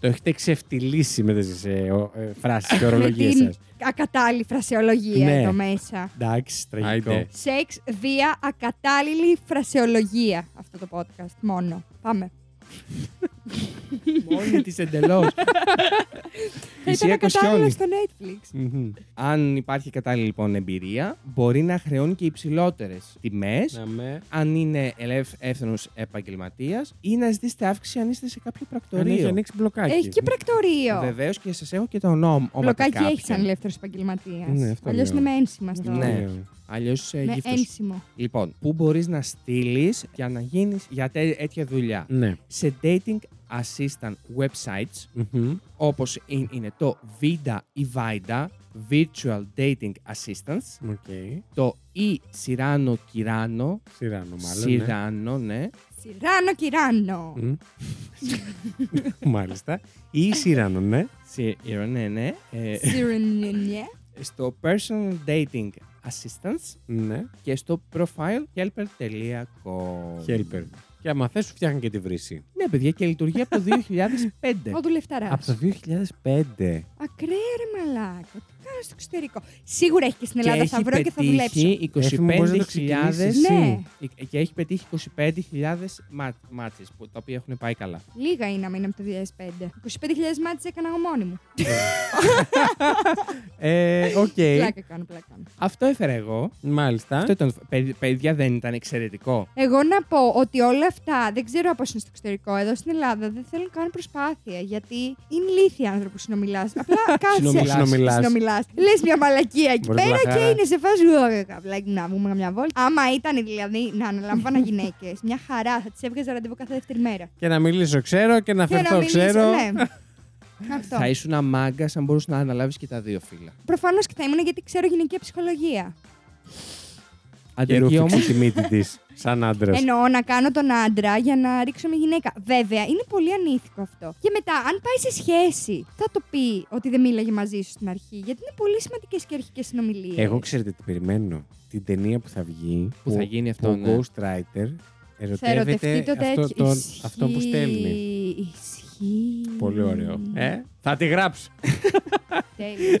Speaker 1: Το έχετε ξεφτυλίσει με τις ε, ο- ε, φράσεις και
Speaker 2: Με
Speaker 1: ορολογίες
Speaker 2: την
Speaker 1: σας.
Speaker 2: ακατάλληλη φρασεολογία
Speaker 1: Ναι.
Speaker 2: εδώ μέσα.
Speaker 1: Εντάξει, τραγικό.
Speaker 3: Άιντε.
Speaker 2: Σεξ, βία, ακατάλληλη φρασεολογία. Αυτό το podcast μόνο. Πάμε.
Speaker 3: Μόνη της εντελώς.
Speaker 2: Θα ήταν ακατάλληλο στο Netflix.
Speaker 1: Μμμ.
Speaker 3: Αν υπάρχει κατάλληλη λοιπόν εμπειρία, μπορεί να χρεώνει και υψηλότερες τιμές.
Speaker 1: Να με.
Speaker 3: Αν είναι ελεύθερο επαγγελματίας ή να ζητήσετε αύξηση αν είστε σε κάποιο
Speaker 1: Τον έχει
Speaker 3: πρακτορείο.
Speaker 1: ανοίξει μπλοκάκι.
Speaker 2: Έχει και πρακτορείο.
Speaker 3: Βεβαίως και σας έχω και τα ονόμα.
Speaker 2: Μπλοκάκι έχει σαν ελεύθερος επαγγελματίας.
Speaker 1: Ναι, αυτό
Speaker 2: Αλλιώς
Speaker 1: λέω.
Speaker 2: είναι με ένσημα στο.
Speaker 3: Ναι.
Speaker 1: Ναι.
Speaker 3: Αλλιώς
Speaker 2: Με
Speaker 3: γύφτο.
Speaker 2: ένσημο.
Speaker 3: Λοιπόν, πού μπορείς να στείλεις για να γίνεις για τέ- τέτοια δουλειά.
Speaker 1: Ναι.
Speaker 3: Σε dating assistant websites
Speaker 1: Μμμ.
Speaker 3: όπως είναι- είναι το VIDA ή VIDA, Virtual Dating Assistance,
Speaker 1: Οκ.
Speaker 3: το ή Cyrano Kirano,
Speaker 1: Σειράνω μάλλον. ναι.
Speaker 3: Cyrano, ναι,
Speaker 2: Σιράνο, κυράνο.
Speaker 1: Μμ. Μάλιστα. Ή σειράνω, ναι.
Speaker 3: Cyrano, ναι, ναι, ε,
Speaker 2: Σιρνιε.
Speaker 3: στο Personal Dating Assistance
Speaker 1: Ναι.
Speaker 3: και στο profile helper.com.
Speaker 1: Helper. Και άμα θες σου φτιάχνει και τη βρύση.
Speaker 3: Ναι, παιδιά, και λειτουργεί από το 2005.
Speaker 2: Ο δουλευταρά.
Speaker 1: Από Ναι. το 2005.
Speaker 2: Ακραία ρε μαλάκα. Τι κάνω στο εξωτερικό. Σίγουρα έχει και στην
Speaker 3: και
Speaker 2: Ελλάδα. θα
Speaker 3: έχει
Speaker 2: βρω και θα δουλέψω.
Speaker 3: πετύχει
Speaker 1: Έφη μου, μπορείς να το
Speaker 3: 25.000
Speaker 1: ξεκινήσεις
Speaker 2: Ναι.
Speaker 1: εσύ.
Speaker 3: Ε, και έχει πετύχει 25.000 μάτ- μάτσες, που τα οποία έχουν πάει καλά.
Speaker 2: Λίγα είναι αμήνα από το 2005. 25.000 μάτσε έκανα εγώ μόνη μου.
Speaker 1: Ε, Οκ.
Speaker 2: Πλάκα κάνω, πλάκα κάνω.
Speaker 3: Αυτό έφερα εγώ.
Speaker 1: Μάλιστα.
Speaker 3: Αυτό ήταν, Παι- παιδιά δεν ήταν εξαιρετικό.
Speaker 2: Εγώ να πω ότι όλα αυτά δεν ξέρω από είναι στο εξωτερικό. Εδώ στην Ελλάδα δεν θέλουν καν προσπάθεια. Γιατί είναι λύθιοι άνθρωποι που συνομιλάς. Απλά
Speaker 1: Συνομιλάς.
Speaker 2: κάτσε. Συνομιλά. Λες μια μαλακία εκεί
Speaker 1: Μπορείς
Speaker 2: πέρα και
Speaker 1: βλαχάρα.
Speaker 2: είναι σε φάση. «Ω, Καβλάκι να βγούμε μια βόλτα. Άμα ήταν δηλαδή να αναλαμβάνα γυναίκες, μια χαρά θα τις έβγαζα ραντεβού κάθε δεύτερη μέρα.
Speaker 1: Και να μιλήσω ξέρω και να
Speaker 2: Και να
Speaker 1: φερθώ ξέρω.
Speaker 2: Ναι. Αυτό.
Speaker 3: Θα ήσουν μάγκα αν μπορούσες να αναλάβεις και τα δύο φύλλα.
Speaker 2: Προφανώς και θα ήμουν γιατί ξέρω γυναικεία ψυχολογία.
Speaker 1: Και
Speaker 3: Αντρική όμω.
Speaker 1: ρούφηξε τη μύτη της. Σαν άντρας.
Speaker 2: Εννοώ να κάνω τον άντρα για να ρίξω μια γυναίκα. Βέβαια, είναι πολύ ανήθικο αυτό. Και μετά, αν πάει σε σχέση, θα το πει ότι δεν μίλαγε μαζί σου στην αρχή. Γιατί είναι πολύ σημαντικές και αρχικές συνομιλίες.
Speaker 1: Εγώ ξέρετε τι περιμένω. Την ταινία που θα βγει.
Speaker 3: Που θα γίνει αυτό,
Speaker 1: που
Speaker 3: ναι.
Speaker 1: Ο Ghostwriter
Speaker 2: Θα ερωτευτεί
Speaker 1: ερωτεύεται
Speaker 2: το τέτοιο.
Speaker 1: αυτό, τον, αυτό που στέλνει.
Speaker 2: Ισχύει.
Speaker 1: Πολύ ωραίο. Ε, θα τη γράψω.
Speaker 2: Τέλειο.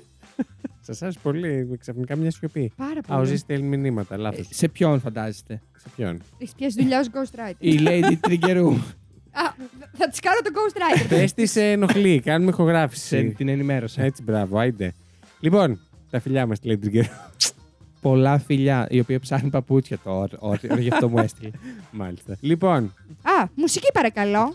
Speaker 1: Σα άρεσε πολύ. Ξαφνικά μια σιωπή.
Speaker 2: Πάρα
Speaker 1: Α, ο Ζή
Speaker 2: πολύ.
Speaker 1: στέλνει μηνύματα. Λάθος.
Speaker 3: Ε, Σε ποιον φαντάζεστε.
Speaker 1: Σε ποιον.
Speaker 2: Τη πια δουλειά ως ghostwriter.
Speaker 3: Η Lady Triggeroo.
Speaker 2: Α, θα της κάνω το ghostwriter.
Speaker 1: Πες της σε ενοχλεί. Κάνουμε
Speaker 3: Σε
Speaker 1: ηχογράφηση.
Speaker 3: την ενημέρωσα.
Speaker 1: Έτσι, μπράβο, άιντε. Λοιπόν, τα φιλιά μας, λέει την καιρό.
Speaker 3: Πολλά φιλιά, η οποία ψάχνει παπούτσια τώρα. Ό,τι γι' αυτό μου έστειλε.
Speaker 1: Μάλιστα. Λοιπόν,
Speaker 2: Α, μουσική παρακαλώ.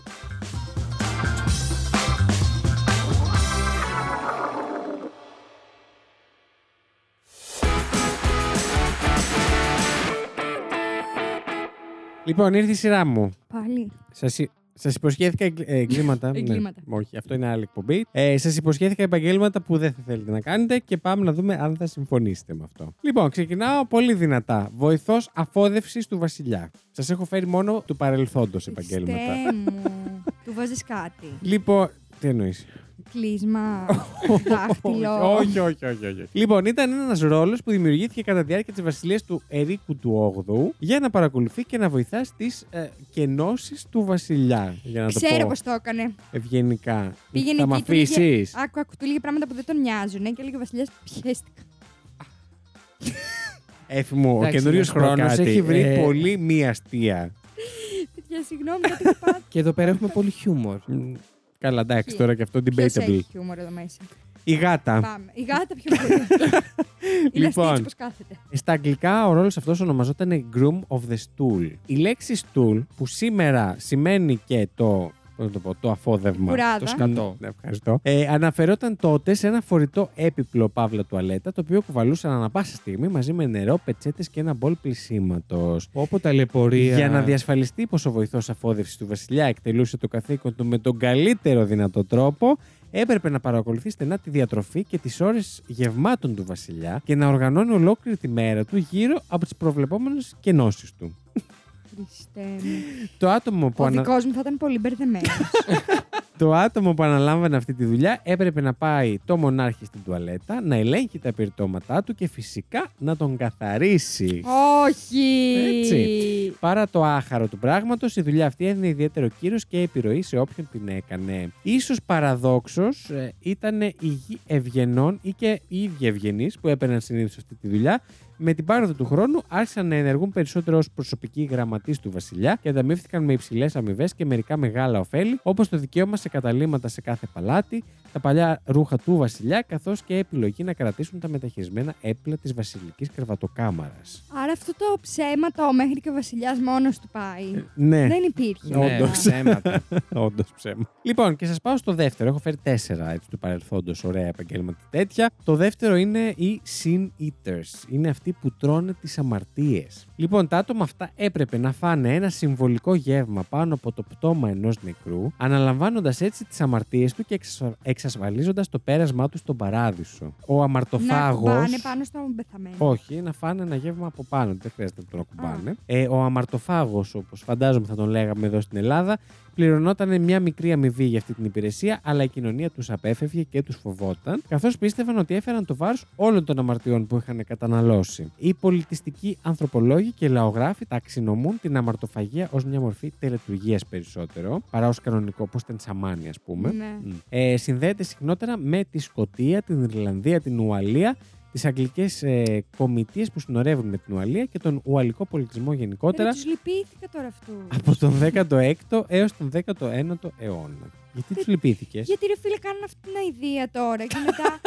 Speaker 1: λοιπόν, ήρθε η σειρά μου.
Speaker 2: Πάλι.
Speaker 1: Σας, υ- σας υποσχέθηκα εγκλ- ε, εγκλήματα. Ναι.
Speaker 2: Εγκλήματα.
Speaker 1: Όχι, αυτό είναι άλλη εκπομπή. Ε, σας υποσχέθηκα επαγγέλματα που δεν θα θέλετε να κάνετε και πάμε να δούμε αν θα συμφωνήσετε με αυτό. Λοιπόν, ξεκινάω πολύ δυνατά. Βοηθός αφόδευσης του βασιλιά. Σας έχω φέρει μόνο του παρελθόντος επαγγέλματα.
Speaker 2: Χριστέ μου. Του βάζεις κάτι.
Speaker 1: Λοιπόν, τι εννοείς.
Speaker 2: Κλείσμα. Δάχτυλο.
Speaker 1: όχι, όχι, όχι, όχι. Λοιπόν, ήταν ένας ρόλος που δημιουργήθηκε κατά τη διάρκεια της βασιλείας του Ερίκου του 8ου για να παρακολουθεί και να βοηθά τι ε, κενώσεις του βασιλιά. Για να το
Speaker 2: Ξέρω
Speaker 1: πω
Speaker 2: πώ το έκανε.
Speaker 1: ευγενικά.
Speaker 2: Πήγαινε
Speaker 1: θα με
Speaker 2: εκεί, του λέγε-
Speaker 1: αφήσεις.
Speaker 2: Άκου, άκου, του λέγε πράγματα που δεν τον νοιάζουν και έλεγε ο Βασιλιάς πιέστηκα.
Speaker 1: Έφη μου, ο
Speaker 3: Εντάξει,
Speaker 1: καινούριος
Speaker 3: να σου πω
Speaker 1: χρόνος
Speaker 3: κάτι.
Speaker 1: έχει βρει
Speaker 3: Ε,
Speaker 1: πολύ μία αστεία.
Speaker 2: Παιδιά, συγγνώμη, δεν το πάτε.
Speaker 3: Και εδώ πέρα έχουμε πολύ χιούμορ.
Speaker 1: Μ, Καλά, εντάξει,
Speaker 2: Ποιε-
Speaker 1: τώρα και αυτό
Speaker 2: Ποιος
Speaker 1: debatable.
Speaker 2: έχει χιούμορ εδώ μέσα.
Speaker 1: Η γάτα.
Speaker 2: Πάμε. Η γάτα πιο πολύ. Η
Speaker 1: Λοιπόν.
Speaker 2: λοιπόν. πώ κάθεται.
Speaker 1: Στα αγγλικά ο ρόλος αυτός ονομαζόταν Groom of the Stool. Η λέξη stool που σήμερα σημαίνει και το. πώς να το, πω, το αφόδευμα.
Speaker 2: Κουράδα.
Speaker 1: Το
Speaker 3: Σκατό.
Speaker 1: Ναι, ευχαριστώ. Ε, αναφερόταν τότε σε ένα φορητό έπιπλο παύλα τουαλέτα, το οποίο κουβαλούσαν ανα πάσα στιγμή μαζί με νερό, πετσέτες και ένα μπολ πλησίματος.
Speaker 3: Όπω ταλαιπωρία.
Speaker 1: Για να διασφαλιστεί πως ο βοηθός αφόδευσης του Βασιλιά εκτελούσε το καθήκον του με τον καλύτερο δυνατό τρόπο, έπρεπε να παρακολουθεί στενά τη διατροφή και τις ώρες γευμάτων του Βασιλιά και να οργανώνει ολόκληρη τη μέρα του γύρω από τις προβλεπόμενες κενώσεις του.
Speaker 2: Χριστέ μου.
Speaker 1: Το άτομο που,
Speaker 2: Ο
Speaker 1: ανα...
Speaker 2: δικός μου θα ήταν πολύ μπερδεμένος.
Speaker 1: το άτομο που αναλάμβανε αυτή τη δουλειά έπρεπε να πάει το μονάρχη στην τουαλέτα, να ελέγχει τα πυρτώματά του και φυσικά να τον καθαρίσει.
Speaker 2: Όχι.
Speaker 1: Έτσι. Παρά το άχαρο του πράγματος, η δουλειά αυτή έδινε ιδιαίτερο κύρος και επιρροή σε όποιον την έκανε. Ίσως παραδόξως ήταν οι γη ευγενών ή και οι ίδιοι ευγενείς που έπαιρναν συνήθως αυτή τη δουλειά. Με την πάροδο του χρόνου άρχισαν να ενεργούν περισσότερο ως προσωπικοί γραμματείς του βασιλιά και ανταμείφθηκαν με υψηλές αμοιβές και μερικά μεγάλα ωφέλη, όπως το δικαίωμα σε καταλήμματα σε κάθε παλάτι, τα παλιά ρούχα του βασιλιά, καθώς και επιλογή να κρατήσουν τα μεταχειρισμένα έπλα της βασιλικής κρεβατοκάμαρας.
Speaker 2: Άρα αυτό το ψέμα το μέχρι και ο βασιλιάς μόνος του πάει.
Speaker 1: Ναι.
Speaker 2: Δεν υπήρχε.
Speaker 1: Ναι,
Speaker 2: μετά.
Speaker 1: όντως. Όντως ψέμα. Λοιπόν, και σας πάω στο δεύτερο. Έχω φέρει τέσσερα έτσι, του παρελθόντος ωραία επαγγέλματα τέτοια. Το δεύτερο είναι οι sin eaters. Είναι αυτοί που τρώνε τις αμαρτίες. Λοιπόν, τα άτομα αυτά έπρεπε να φάνε ένα συμβολικό γεύμα πάνω από το πτώμα ενός νεκρού, αναλαμβάνοντας έτσι τις αμαρτίες του και εξασφαλίζοντας το πέρασμά τους στον παράδεισο. Ο
Speaker 2: Να
Speaker 1: αμαρτοφάγο.
Speaker 2: κουμπάνε πάνω στον πεθαμένο.
Speaker 1: Όχι, να φάνε ένα γεύμα από πάνω. Δεν χρειάζεται να τον ακουμπάνε. Ε, ο αμαρτοφάγος, όπως φαντάζομαι θα τον λέγαμε εδώ στην Ελλάδα, πληρωνόταν μια μικρή αμοιβή για αυτή την υπηρεσία, αλλά η κοινωνία τους απέφευγε και τους φοβόταν, καθώς πίστευαν ότι έφεραν το βάρος όλων των αμαρτιών που είχαν καταναλώσει. Οι πολιτιστικοί ανθρωπολόγοι και λαογράφοι ταξινομούν την αμαρτοφαγία ως μια μορφή τελετουργίας περισσότερο, παρά ως κανονικό, πώ ήταν σαμάνι, ας πούμε.
Speaker 2: Ναι.
Speaker 1: Μμ. Ε, συνδέεται συχνότερα με τη Σκωτία, την Ιρλανδία, την Ουαλία, τις αγγλικές ε, κομιτείες που συνορεύουν με την Ουαλία και τον ουαλικό πολιτισμό γενικότερα
Speaker 2: Ρε, Ε, τους λυπήθηκα τώρα αυτούς.
Speaker 1: από τον 16ο έως τον 19ο αιώνα. Γιατί τους λυπήθηκες.
Speaker 2: Γιατί ρε φίλε κάνουν αυτή την αηδία τώρα και μετά.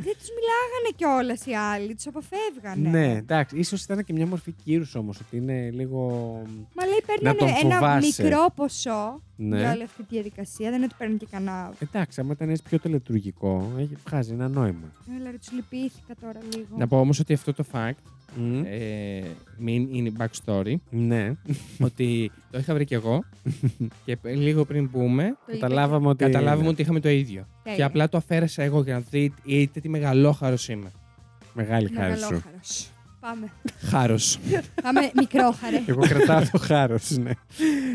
Speaker 2: Δεν τους μιλάγανε κιόλας οι άλλοι, τους αποφεύγανε.
Speaker 1: Ναι, εντάξει, ίσως ήταν και μια μορφή κύρους όμως, ότι είναι λίγο.
Speaker 2: Μα λέει
Speaker 1: τον
Speaker 2: παίρνανε ένα
Speaker 1: φοβάσαι.
Speaker 2: μικρό ποσό
Speaker 1: Ναι.
Speaker 2: για όλη αυτή τη διαδικασία. Δεν είναι ότι παίρνουν και κανένα.
Speaker 1: Εντάξει, άμα ήταν έτσι πιο τελετουργικό, έχει- βγάζει ένα νόημα.
Speaker 2: Έλα, ρε, τους λυπήθηκα τώρα λίγο.
Speaker 3: Να πω όμως ότι αυτό το fact
Speaker 1: Μμ.
Speaker 3: ε, μην είναι backstory.
Speaker 1: Ναι,
Speaker 3: ότι το είχα βρει κι εγώ και π- λίγο πριν μπούμε,
Speaker 2: Το είπε
Speaker 1: καταλάβαμε ότι.
Speaker 3: καταλάβαμε ότι είχαμε το ίδιο.
Speaker 2: Τέλεια.
Speaker 3: Και απλά το αφαίρεσα εγώ για να δείτε, δείτε τι μεγαλόχαρος είμαι.
Speaker 1: Μεγάλη
Speaker 2: και
Speaker 1: χάρη σου.
Speaker 2: μεγαλόχαρος. Πάμε.
Speaker 3: Χάρος.
Speaker 2: Πάμε μικρόχαρε.
Speaker 1: Εγώ κρατάω το χάρος, ναι.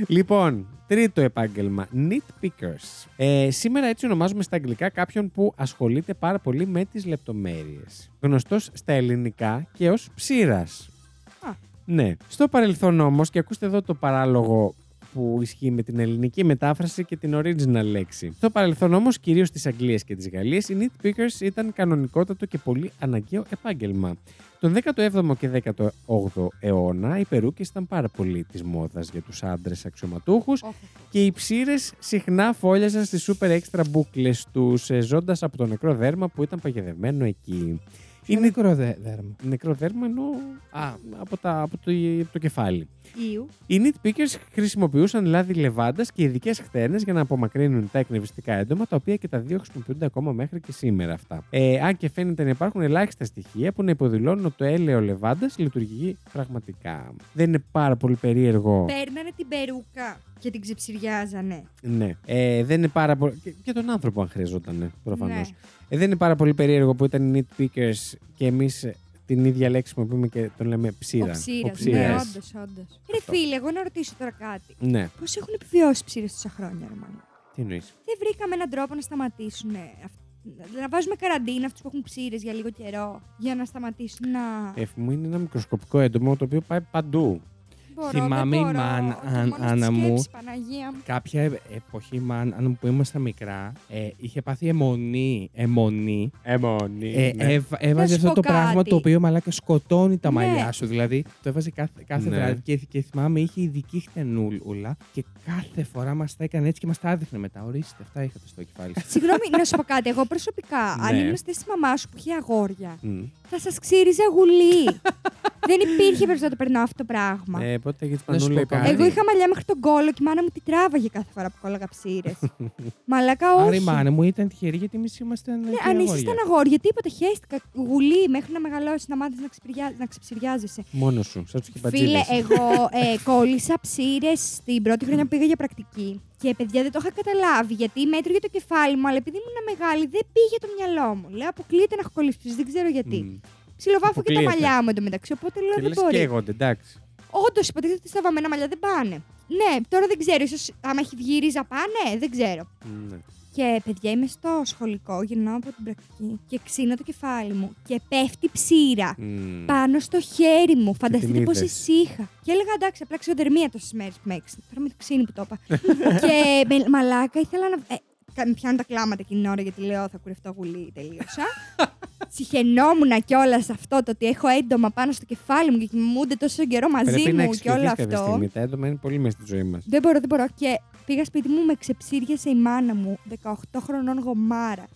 Speaker 1: Λοιπόν, τρίτο επάγγελμα, nitpickers. Ε, σήμερα έτσι ονομάζουμε στα αγγλικά κάποιον που ασχολείται πάρα πολύ με τις λεπτομέρειες. Γνωστός στα ελληνικά και ως ψήρας.
Speaker 2: Α.
Speaker 1: Ναι. Στο παρελθόν όμως, και ακούστε εδώ το παράλογο που ισχύει με την ελληνική μετάφραση και την original λέξη. Στο παρελθόν όμως, κυρίως της Αγγλίας και της Γαλλίας, οι nitpickers ήταν κανονικότατο και πολύ αναγκαίο επάγγελμα. Τον 17ο και 18ο αιώνα οι περούκες ήταν πάρα πολύ της μόδας για τους άντρες αξιωματούχους
Speaker 2: Όχι.
Speaker 1: και οι ψήρες συχνά φόλιαζαν στις σούπερ έξτρα μπουκλες τους ε, ζώντας από το νεκρό δέρμα που ήταν παγιδευμένο εκεί. Είναι
Speaker 3: νεκρό δε- δέρμα.
Speaker 1: νεκρό δέρμα ενώ
Speaker 3: Α,
Speaker 1: από, τα, από, το, από το κεφάλι.
Speaker 2: Ιου.
Speaker 1: Οι nitpickers χρησιμοποιούσαν λάδι λεβάντας και ειδικές χτέρνε για να απομακρύνουν τα εκνευριστικά έντομα, τα οποία και τα δύο χρησιμοποιούνται ακόμα μέχρι και σήμερα αυτά. Ε, αν και φαίνεται να υπάρχουν ελάχιστα στοιχεία που να υποδηλώνουν ότι το έλαιο λεβάντας λειτουργεί πραγματικά. Δεν είναι πάρα πολύ περίεργο.
Speaker 2: Παίρνανε την περούκα και την ξεψυριάζανε.
Speaker 1: Ναι. Ε, δεν είναι πάρα πολύ. Και, και τον άνθρωπο, αν χρειαζόταν, προφανώς.
Speaker 2: Ναι.
Speaker 1: Ε, δεν είναι πάρα πολύ περίεργο που ήταν οι nitpickers και εμείς την ίδια λέξη που πούμε και τον λέμε ψήρα.
Speaker 2: Ο ψήρας, Ναι,
Speaker 1: ψήρας.
Speaker 2: όντως, όντως. Ρε φίλε, εγώ να ρωτήσω τώρα κάτι.
Speaker 1: Ναι.
Speaker 2: Πώς έχουν επιβιώσει ψήρες τόσα χρόνια, ρε μάνα?
Speaker 1: Τι εννοείς.
Speaker 2: Δεν βρήκαμε έναν τρόπο να σταματήσουν. ε, αυ- Να βάζουμε καραντίνα αυτούς που έχουν ψήρες για λίγο καιρό. Για να σταματήσουν να.
Speaker 3: Ε,
Speaker 1: Εφ μου είναι ένα μικροσκοπικό έντομο το οποίο πάει παντού.
Speaker 2: μπορώ,
Speaker 3: θυμάμαι η
Speaker 2: δεν μπορώ.
Speaker 3: μάνα-
Speaker 2: Και
Speaker 3: αν-
Speaker 2: μόνος στη
Speaker 3: Άννα μου.
Speaker 2: σκέψη, Παναγία μου.
Speaker 3: κάποια ε- εποχή, μαν, αν που ήμασταν μικρά, ε, είχε πάθει αιμονή. αιμονή.
Speaker 1: Εμονή.
Speaker 3: Ε, έβα- έβαζε
Speaker 2: σου
Speaker 3: αυτό
Speaker 2: πω
Speaker 3: το πράγμα
Speaker 2: κάτι.
Speaker 3: το οποίο μαλάκα σκοτώνει τα
Speaker 2: Ναι.
Speaker 3: μαλλιά σου. Δηλαδή το έβαζε κάθε, κάθε
Speaker 1: Ναι.
Speaker 3: βράδυ και, και θυμάμαι είχε ειδική χτενούλα και κάθε φορά μας τα έκανε έτσι και μας τα έδειχνε μετά. Ορίστε, αυτά είχατε στο κεφάλι σας.
Speaker 2: Συγγνώμη, να σου πω κάτι. Εγώ προσωπικά, αν
Speaker 1: Ναι.
Speaker 2: ήμουν στη θέση μαμά σου που είχε αγόρια, θα σας ξύριζα γουλί. Δεν υπήρχε περισσότερο περνάω αυτό το πράγμα.
Speaker 1: Ε, πότε για την
Speaker 3: Να σου
Speaker 1: πανούλα
Speaker 3: πω
Speaker 1: είπαμε.
Speaker 3: κάτι.
Speaker 2: Εγώ είχα μαλλιά μέχρι τον κόλο και η μάνα μου τη τράβαγε κάθε φορά που κόλλαγα ψήρες. Μαλάκα,
Speaker 3: Άρα η
Speaker 2: Ε, όχι.
Speaker 3: μάνα μου ήταν τυχερή γιατί εμείς ήμασταν.
Speaker 2: Ναι,
Speaker 3: και
Speaker 2: αν
Speaker 3: αγόρια.
Speaker 2: ήσασταν αγόρια, τίποτα. Χαίστηκα. Γουλί μέχρι να μεγαλώσεις, να μάθεις να, ξυπηριά- να ξεψυριάζεσαι.
Speaker 1: Μόνος σου, σαν τους
Speaker 2: Φίλε,
Speaker 1: κυπατζίδες.
Speaker 2: εγώ ε, κόλλησα ψήρες την πρώτη χρονιά που πήγα για πρακτική. Και παιδιά δεν το είχα καταλάβει γιατί μέτρηγε το κεφάλι μου, αλλά επειδή ήμουν μεγάλη δεν πήγε το μυαλό μου. Λέω αποκλείεται να έχω κολλήσει ψήρες, δεν ξέρω γιατί.
Speaker 1: Μμμ.
Speaker 2: Ψιλοβάφω και τα
Speaker 1: Αποκλείεται.
Speaker 2: μαλλιά μου εντωμεταξύ, οπότε λέω
Speaker 1: Και
Speaker 2: δεν
Speaker 1: λες
Speaker 2: μπορεί.
Speaker 1: καίγονται, εντάξει.
Speaker 2: Όντως υποτίθεται ότι στα βαμμένα μαλλιά δεν πάνε. Ναι, τώρα δεν ξέρω. ίσως άμα έχει βγει η ρίζα πάνε, δεν ξέρω.
Speaker 1: Ναι.
Speaker 2: Και παιδιά, είμαι στο σχολικό, γυρνάω από την πρακτική και ξύνω το κεφάλι μου και πέφτει ψήρα
Speaker 1: Μμμ.
Speaker 2: πάνω στο χέρι μου. Φανταστείτε
Speaker 1: την
Speaker 2: πόση
Speaker 1: είδες.
Speaker 2: είχα. Και έλεγα εντάξει, απλά ξεοδερμία τόσες μέρες που με έξι. Τώρα με το ξύνη που το είπα. και με, μαλάκα ήθελα να. Ε, κα- με πιάνουν τα κλάματα εκείνη την ώρα γιατί λέω θα κουρευτώ γουλή, τελείωσα. Συχαινόμουν κιόλα αυτό το ότι έχω έντομα πάνω στο κεφάλι μου και κοιμούνται τόσο καιρό μαζί
Speaker 1: Πρέπει να
Speaker 2: μου και όλο
Speaker 1: εξοικειωθείς κάποια
Speaker 2: αυτό.
Speaker 1: στιγμή. Τα έντομα είναι πολύ μέσα στη ζωή μας.
Speaker 2: Δεν μπορώ, δεν μπορώ. Και πήγα σπίτι μου, με ξεψύριασε η μάνα μου, 18 χρονών γομάρα.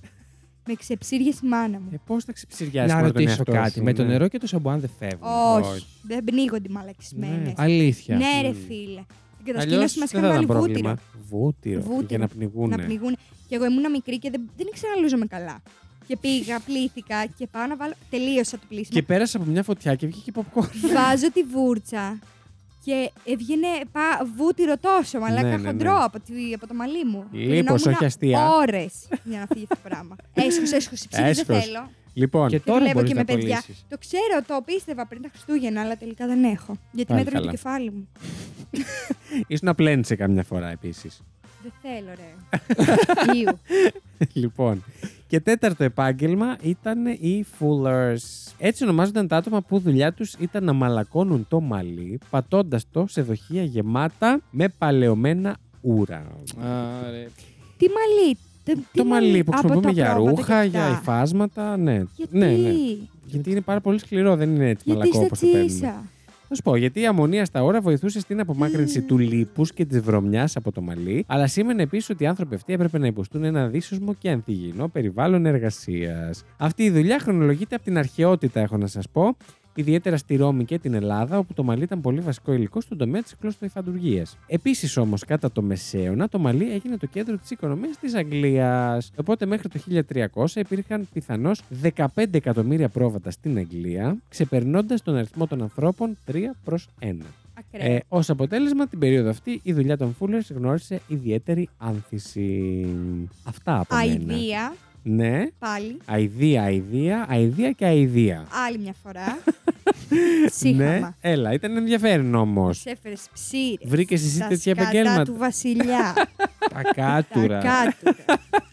Speaker 2: με ξεψύριασε η μάνα μου.
Speaker 1: Ε, πώς θα ξεψυριάσει
Speaker 3: Να ρωτήσω κάτι. Με το
Speaker 1: ναι.
Speaker 3: νερό και το σαμπουάν δεν φεύγουν.
Speaker 2: όχι,
Speaker 1: Ε, όχι.
Speaker 2: δεν πνίγονται οι μαλακισμένες.
Speaker 3: Αλήθεια.
Speaker 2: Ναι, ρε
Speaker 1: Μμμ.
Speaker 2: φίλε. Την
Speaker 1: Αλλιώ
Speaker 2: κατασκήνωση
Speaker 1: δεν θα
Speaker 2: μα είχαν
Speaker 1: ήταν
Speaker 2: βάλει
Speaker 1: πρόβλημα.
Speaker 2: βούτυρο.
Speaker 1: Βούτυρο.
Speaker 2: Βούτυρο.
Speaker 1: Για να πνιγούν.
Speaker 2: Να πνιγούν. Και εγώ ήμουν μικρή και δεν, δεν ήξερα να λούζομαι καλά. Και πήγα, πλήθηκα και πάω να βάλω. Τελείωσα το πλήσιμο.
Speaker 1: Και πέρασε από μια φωτιά και βγήκε popcorn.
Speaker 2: Βάζω τη βούρτσα και έβγαινε πα, βούτυρο τόσο, μαλάκα
Speaker 1: Ναι, ναι, ναι.
Speaker 2: χοντρό από, τη, από το μαλλί μου.
Speaker 1: Λίπος, όχι αστεία.
Speaker 2: Ώρες για να φύγει αυτό το πράγμα. Έσχος, έσχος, η ψυχή
Speaker 1: Έσχος.
Speaker 2: δεν θέλω.
Speaker 1: Λοιπόν,
Speaker 3: Και
Speaker 2: Και
Speaker 3: τώρα
Speaker 2: δουλεύω
Speaker 3: μπορείς
Speaker 2: και
Speaker 3: να
Speaker 2: με παιδιά.
Speaker 3: κολλήσεις.
Speaker 2: Το ξέρω, το πίστευα πριν τα Χριστούγεννα, αλλά τελικά δεν έχω. Γιατί
Speaker 1: Πάλι
Speaker 2: μέτρωγε το
Speaker 1: καλά.
Speaker 2: κεφάλι μου.
Speaker 1: ήσουν απλένησε καμιά φορά επίσης.
Speaker 2: Δεν θέλω, ρε. Ιου.
Speaker 1: λοιπόν. Και τέταρτο επάγγελμα ήταν οι foolers. Έτσι ονομάζονταν τα άτομα που δουλειά τους ήταν να μαλακώνουν το μαλλί, πατώντας το σε δοχεία γεμάτα με παλαιωμένα ούρα.
Speaker 2: Τι μαλλί. τε- τι
Speaker 1: το μαλλί που
Speaker 2: από
Speaker 1: χρησιμοποιούμε
Speaker 2: τα
Speaker 1: για
Speaker 2: πρόβατα και
Speaker 1: ρούχα, για
Speaker 2: αυτά.
Speaker 1: υφάσματα, ναι.
Speaker 2: Γιατί,
Speaker 1: Ναι, ναι. Γιατί είναι πάρα πολύ σκληρό, δεν είναι έτσι
Speaker 2: γιατί
Speaker 1: μαλακό
Speaker 2: στα
Speaker 1: όπως το παίρνουμε.
Speaker 2: τσίσα.
Speaker 1: Θα σου πω, γιατί η αμμονία στα ώρα βοηθούσε στην απομάκρυνση
Speaker 2: Mm.
Speaker 1: του λίπους και της βρωμιάς από το μαλλί, αλλά σήμαινε επίσης ότι οι άνθρωποι αυτοί έπρεπε να υποστούν ένα δύσοσμο και ανθυγιεινό περιβάλλον εργασίας. Αυτή η δουλειά χρονολογείται από την αρχαιότητα, έχω να σας πω, ιδιαίτερα στη Ρώμη και την Ελλάδα, όπου το μαλλί ήταν πολύ βασικό υλικό στον τομέα της κλωστοϊφαντουργίας. Επίσης όμως, κατά το Μεσαίωνα, το μαλλί έγινε το κέντρο της οικονομίας της Αγγλίας. Οπότε μέχρι το 1300 υπήρχαν πιθανώς 15 εκατομμύρια πρόβατα στην Αγγλία, ξεπερνώντας τον αριθμό των ανθρώπων 3 προ 1.
Speaker 2: Ακραίο.
Speaker 1: Ε, Ως αποτέλεσμα, την περίοδο αυτή η δουλειά των Φούλερ γνώρισε ιδιαίτερη άνθηση. Αυτά από μένα.
Speaker 2: Αηδία,
Speaker 1: Ναι.
Speaker 2: πάλι.
Speaker 1: Αηδία, αηδία, αηδία και αηδία.
Speaker 2: Άλλη μια φορά.
Speaker 1: Ναι,
Speaker 2: Σύγχαμα.
Speaker 1: έλα, ήταν ενδιαφέρον όμως.
Speaker 2: Σε έφερες ψήρες.
Speaker 1: Βρήκες εσύ τέτοια επαγγέλματα.
Speaker 2: του βασιλιά. τα
Speaker 3: Τα κάτουρα.
Speaker 2: κάτω.
Speaker 1: Ε,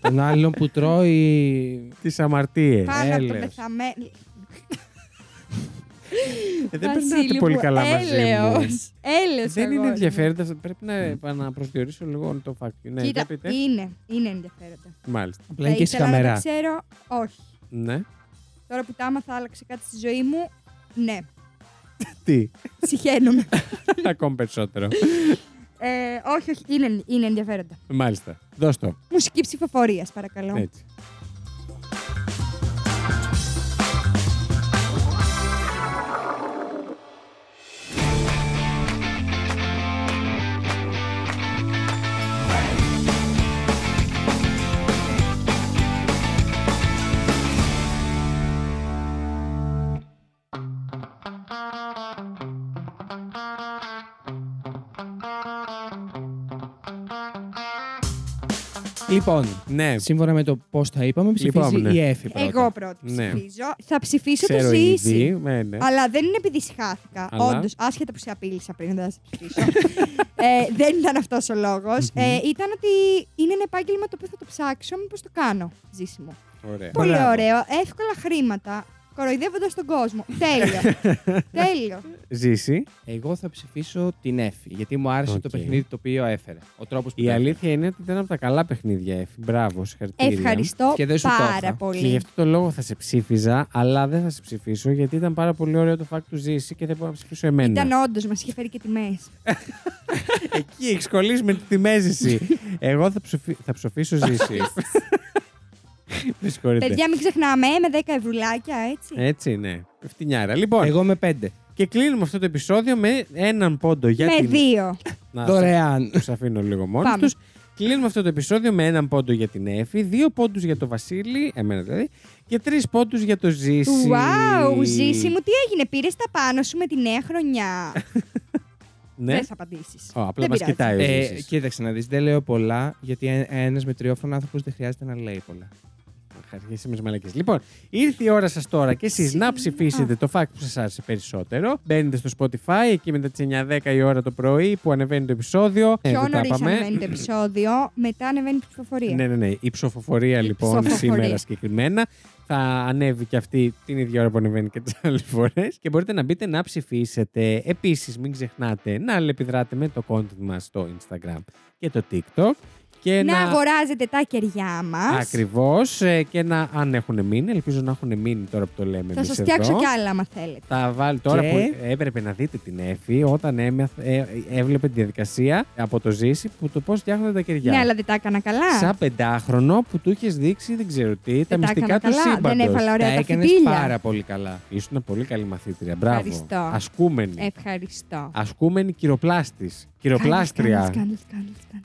Speaker 3: Τον άλλον που τρώει.
Speaker 1: Τις αμαρτίες.
Speaker 2: Πάνω από το
Speaker 3: έλεος.
Speaker 2: πεθαμένο.
Speaker 1: Ε, δεν περνάτε πολύ καλά μαζί μου.
Speaker 2: Έλεος. Έλεος
Speaker 1: Δεν είναι
Speaker 2: αγόρι μου.
Speaker 1: ενδιαφέροντα. αυτό. Πρέπει να επαναπροσδιορίσω λίγο το φάκελο. Ναι,
Speaker 2: Κοίτα,
Speaker 1: για πείτε.
Speaker 2: είναι, είναι ενδιαφέροντα.
Speaker 1: Μάλιστα.
Speaker 3: Απλά είναι και
Speaker 2: Θα ήθελα να τα
Speaker 3: σκαμερά.
Speaker 2: ξέρω, όχι.
Speaker 1: Ναι.
Speaker 2: Τώρα που τα άμαθα άλλαξε κάτι στη ζωή μου, ναι.
Speaker 1: Τι.
Speaker 2: Συχαίνομαι.
Speaker 1: Ακόμη περισσότερο.
Speaker 2: ε, όχι, όχι, είναι, είναι ενδιαφέροντα.
Speaker 1: Μάλιστα. Δώσ' το.
Speaker 2: Μουσική ψηφοφορίας, παρακαλώ.
Speaker 1: Έτσι.
Speaker 3: Λοιπόν,
Speaker 1: Ναι.
Speaker 3: σύμφωνα με το πώς τα είπαμε, ψηφίζει
Speaker 1: Λυπάμαι, ναι.
Speaker 3: η Εφη πρώτα.
Speaker 2: Εγώ πρώτη
Speaker 1: Ναι.
Speaker 2: ψηφίζω. Θα ψηφίσω
Speaker 1: Ξέρω
Speaker 2: το
Speaker 1: ήδη.
Speaker 2: Ζήση.
Speaker 1: Ναι, ναι.
Speaker 2: Αλλά δεν είναι επειδή συχάθηκα.
Speaker 1: Αλλά?
Speaker 2: Όντως, άσχετα που σε απείλησα πριν, δεν θα σε ψηφίσω. ε, δεν ήταν αυτός ο λογο Ε, ήταν ότι είναι ένα επάγγελμα το οποίο θα το ψάξω, μήπως το κάνω ζήσιμο.
Speaker 1: Ωραία.
Speaker 2: Πολύ
Speaker 3: Μπράβο.
Speaker 2: ωραίο. Εύκολα χρήματα. Κοροϊδεύοντας τον κόσμο. Τέλειο. Τέλειο.
Speaker 1: Ζήσει.
Speaker 3: Εγώ θα ψηφίσω την Εφη, γιατί μου άρεσε το
Speaker 1: Οκ.
Speaker 3: παιχνίδι το οποίο έφερε. Ο τρόπος που.
Speaker 1: Η
Speaker 3: το έφερε.
Speaker 1: αλήθεια είναι ότι ήταν από τα καλά παιχνίδια, Εφη. Μπράβο, συγχαρητήρια.
Speaker 2: Ευχαριστώ
Speaker 3: Και δεν σου το
Speaker 2: πάρα
Speaker 3: έφερα.
Speaker 1: Και γι'
Speaker 2: πολύ.
Speaker 1: αυτό το λόγο θα σε ψήφιζα, αλλά δεν θα σε ψηφίσω γιατί ήταν πάρα πολύ ωραίο το fact του ζήσει και δεν μπορώ να ψηφίσω εμένα.
Speaker 2: Ήταν όντως, μας είχε φέρει και τιμές.
Speaker 1: Εκεί έχεις κολλήσει με τη τιμέζηση. Εγώ θα, ψηφι... θα ψηφίσω ζήσει. Με συγχωρείτε.
Speaker 2: Παιδιά, μην ξεχνάμε, με 10 ευρουλάκια, έτσι.
Speaker 1: Έτσι, ναι. Φτηνιάρα. Λοιπόν,
Speaker 3: Εγώ με πέντε.
Speaker 1: και κλείνουμε αυτό το επεισόδιο με έναν πόντο για
Speaker 2: με
Speaker 1: την.
Speaker 2: δύο.
Speaker 1: Να
Speaker 3: Δωρεάν.
Speaker 1: σας αφήνω λίγο μόνο
Speaker 2: Πάμε.
Speaker 1: τους. Κλείνουμε αυτό το επεισόδιο με έναν πόντο για την Εφη, δύο πόντους για το Βασίλη, εμένα δηλαδή, και τρεις πόντους για το Ζήση.
Speaker 2: Wow, Ζήση μου, τι έγινε, πήρες τα πάνω σου με τη νέα χρονιά.
Speaker 1: Ναι.
Speaker 2: Δεν θα απαντήσει.
Speaker 1: Ω, απλά μα κοιτάει ο
Speaker 3: Ε,
Speaker 1: Ζήσης.
Speaker 3: κοίταξε να δεις, δεν λέω πολλά, γιατί ένα μετριόφωνο άνθρωπος δεν χρειάζεται να λέει πολλά.
Speaker 1: είχα αρχίσει με τις μαλακίε. Λοιπόν, ήρθε η ώρα σας τώρα και εσείς να ψηφίσετε το fact που σας άρεσε περισσότερο. Μπαίνετε στο Spotify εκεί μετά τις 9-10 η ώρα το πρωί που ανεβαίνει το επεισόδιο. Ε,
Speaker 2: Πιο
Speaker 1: δεν τα
Speaker 2: νωρίς
Speaker 1: είπαμε.
Speaker 2: ανεβαίνει το επεισόδιο, μετά ανεβαίνει η ψηφοφορία.
Speaker 1: Ναι, ναι, ναι. Η ψηφοφορία λοιπόν
Speaker 2: ψηφοφορία.
Speaker 1: σήμερα συγκεκριμένα θα ανέβει και αυτή την ίδια ώρα που ανεβαίνει και τις άλλες φορές. Και μπορείτε να μπείτε να ψηφίσετε. Επίσης, μην ξεχνάτε να αλληλεπιδράτε με το content μας στο Instagram και το TikTok. Και
Speaker 2: να αγοράζετε τα κεριά μας.
Speaker 1: Ακριβώς. ε, Και να, αν έχουν μείνει, ελπίζω να έχουν μείνει τώρα που το λέμε.
Speaker 2: Θα
Speaker 1: εμείς
Speaker 2: σας φτιάξω
Speaker 1: εδώ.
Speaker 2: κι άλλα, άμα θέλετε.
Speaker 1: Τα βάλει τώρα
Speaker 3: Και-
Speaker 1: που έπρεπε να δείτε την Εφη όταν έμαθ- ε, έβλεπε τη διαδικασία από το ζήσει που το πώς φτιάχνονται τα κεριά.
Speaker 2: Ναι, αλλά δεν τα έκανα καλά.
Speaker 1: Σαν πεντάχρονο που του είχες δείξει δεν ξέρω τι, τα
Speaker 2: τα
Speaker 1: μυστικά
Speaker 2: έκανα
Speaker 1: του
Speaker 2: καλά, δεν
Speaker 1: σύμπαντο.
Speaker 2: έβαλα ωραία.
Speaker 3: Τα
Speaker 2: τα
Speaker 3: έκανες
Speaker 2: φυτίλια.
Speaker 3: πάρα πολύ καλά.
Speaker 1: Ήσουν πολύ καλή μαθήτρια. Μπράβο.
Speaker 2: Ευχαριστώ.
Speaker 1: Ασκούμενη.
Speaker 2: Ευχαριστώ.
Speaker 1: Ασκούμενη κυροπλάστης. Κυροπλάστρια.
Speaker 2: Κάνεις, κάνεις, κάνεις,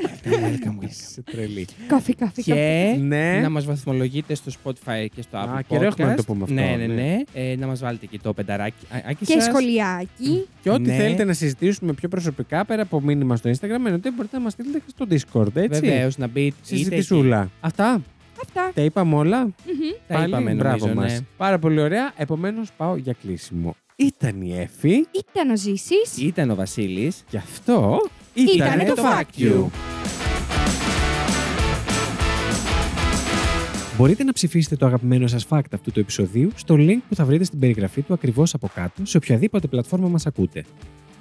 Speaker 3: Welcome, welcome.
Speaker 1: Σε τρελή.
Speaker 2: κάνεις. Κόφι, κόφι, κόφι.
Speaker 3: Και
Speaker 1: Ναι.
Speaker 3: να μας βαθμολογείτε στο Spotify και στο Apple.
Speaker 1: Α,
Speaker 3: Podcast.
Speaker 1: καιρό έχουμε να το πούμε αυτό,
Speaker 3: Ναι,
Speaker 1: ναι.
Speaker 3: ναι, ναι. Ε, να μας βάλετε εκεί το πενταράκι. Α, άκι
Speaker 2: Και
Speaker 3: σας.
Speaker 2: σχολιάκι.
Speaker 1: Και ό,τι
Speaker 3: Ναι.
Speaker 1: θέλετε να συζητήσουμε πιο προσωπικά πέρα από μήνυμα στο Instagram, εννοείται μπορείτε να μας στείλετε και στο Discord, έτσι.
Speaker 3: Βεβαίως, να μπείτε.
Speaker 1: Συζητησούλα. Αυτά.
Speaker 2: Αυτά.
Speaker 1: Τα είπαμε όλα.
Speaker 3: Τα
Speaker 1: Πάλι,
Speaker 3: είπαμε,
Speaker 1: μπράβο
Speaker 3: νομίζω,
Speaker 1: μας.
Speaker 3: ναι.
Speaker 1: Πάρα πολύ ωραία. Επομένως, πάω για κλείσιμο. Ήταν η Εφη.
Speaker 2: Ήταν ο Ζήσης.
Speaker 3: Ήταν ο Βασίλης.
Speaker 1: Γι' αυτό
Speaker 2: Ήτανε
Speaker 1: ήτανε
Speaker 2: το Fact You.
Speaker 1: Μπορείτε να ψηφίσετε το αγαπημένο σας fact αυτού του επεισοδίου στο link που θα βρείτε στην περιγραφή του ακριβώς από κάτω σε οποιαδήποτε πλατφόρμα μας ακούτε.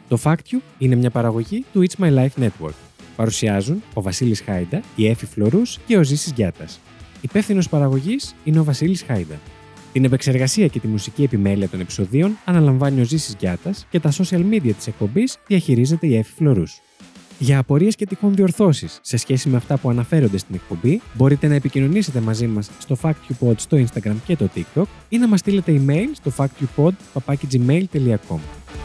Speaker 1: Το Fact You είναι μια παραγωγή του It's My Life Network. Παρουσιάζουν ο Βασίλης Χάιντα, η Εφη Φλωρούς και ο Ζήσης Γιάτας. Υπεύθυνος παραγωγής είναι ο Βασίλης Χάιντα. Την επεξεργασία και τη μουσική επιμέλεια των επεισοδίων αναλαμβάνει ο Ζήσης Γιάτας και τα social media της εκπομπής διαχειρίζεται η Εφη Φλωρούς. Για απορίες και τυχόν διορθώσεις σε σχέση με αυτά που αναφέρονται στην εκπομπή, μπορείτε να επικοινωνήσετε μαζί μας στο FactUpod στο Instagram και το TikTok ή να μας στείλετε email στο factupod.gmail.com.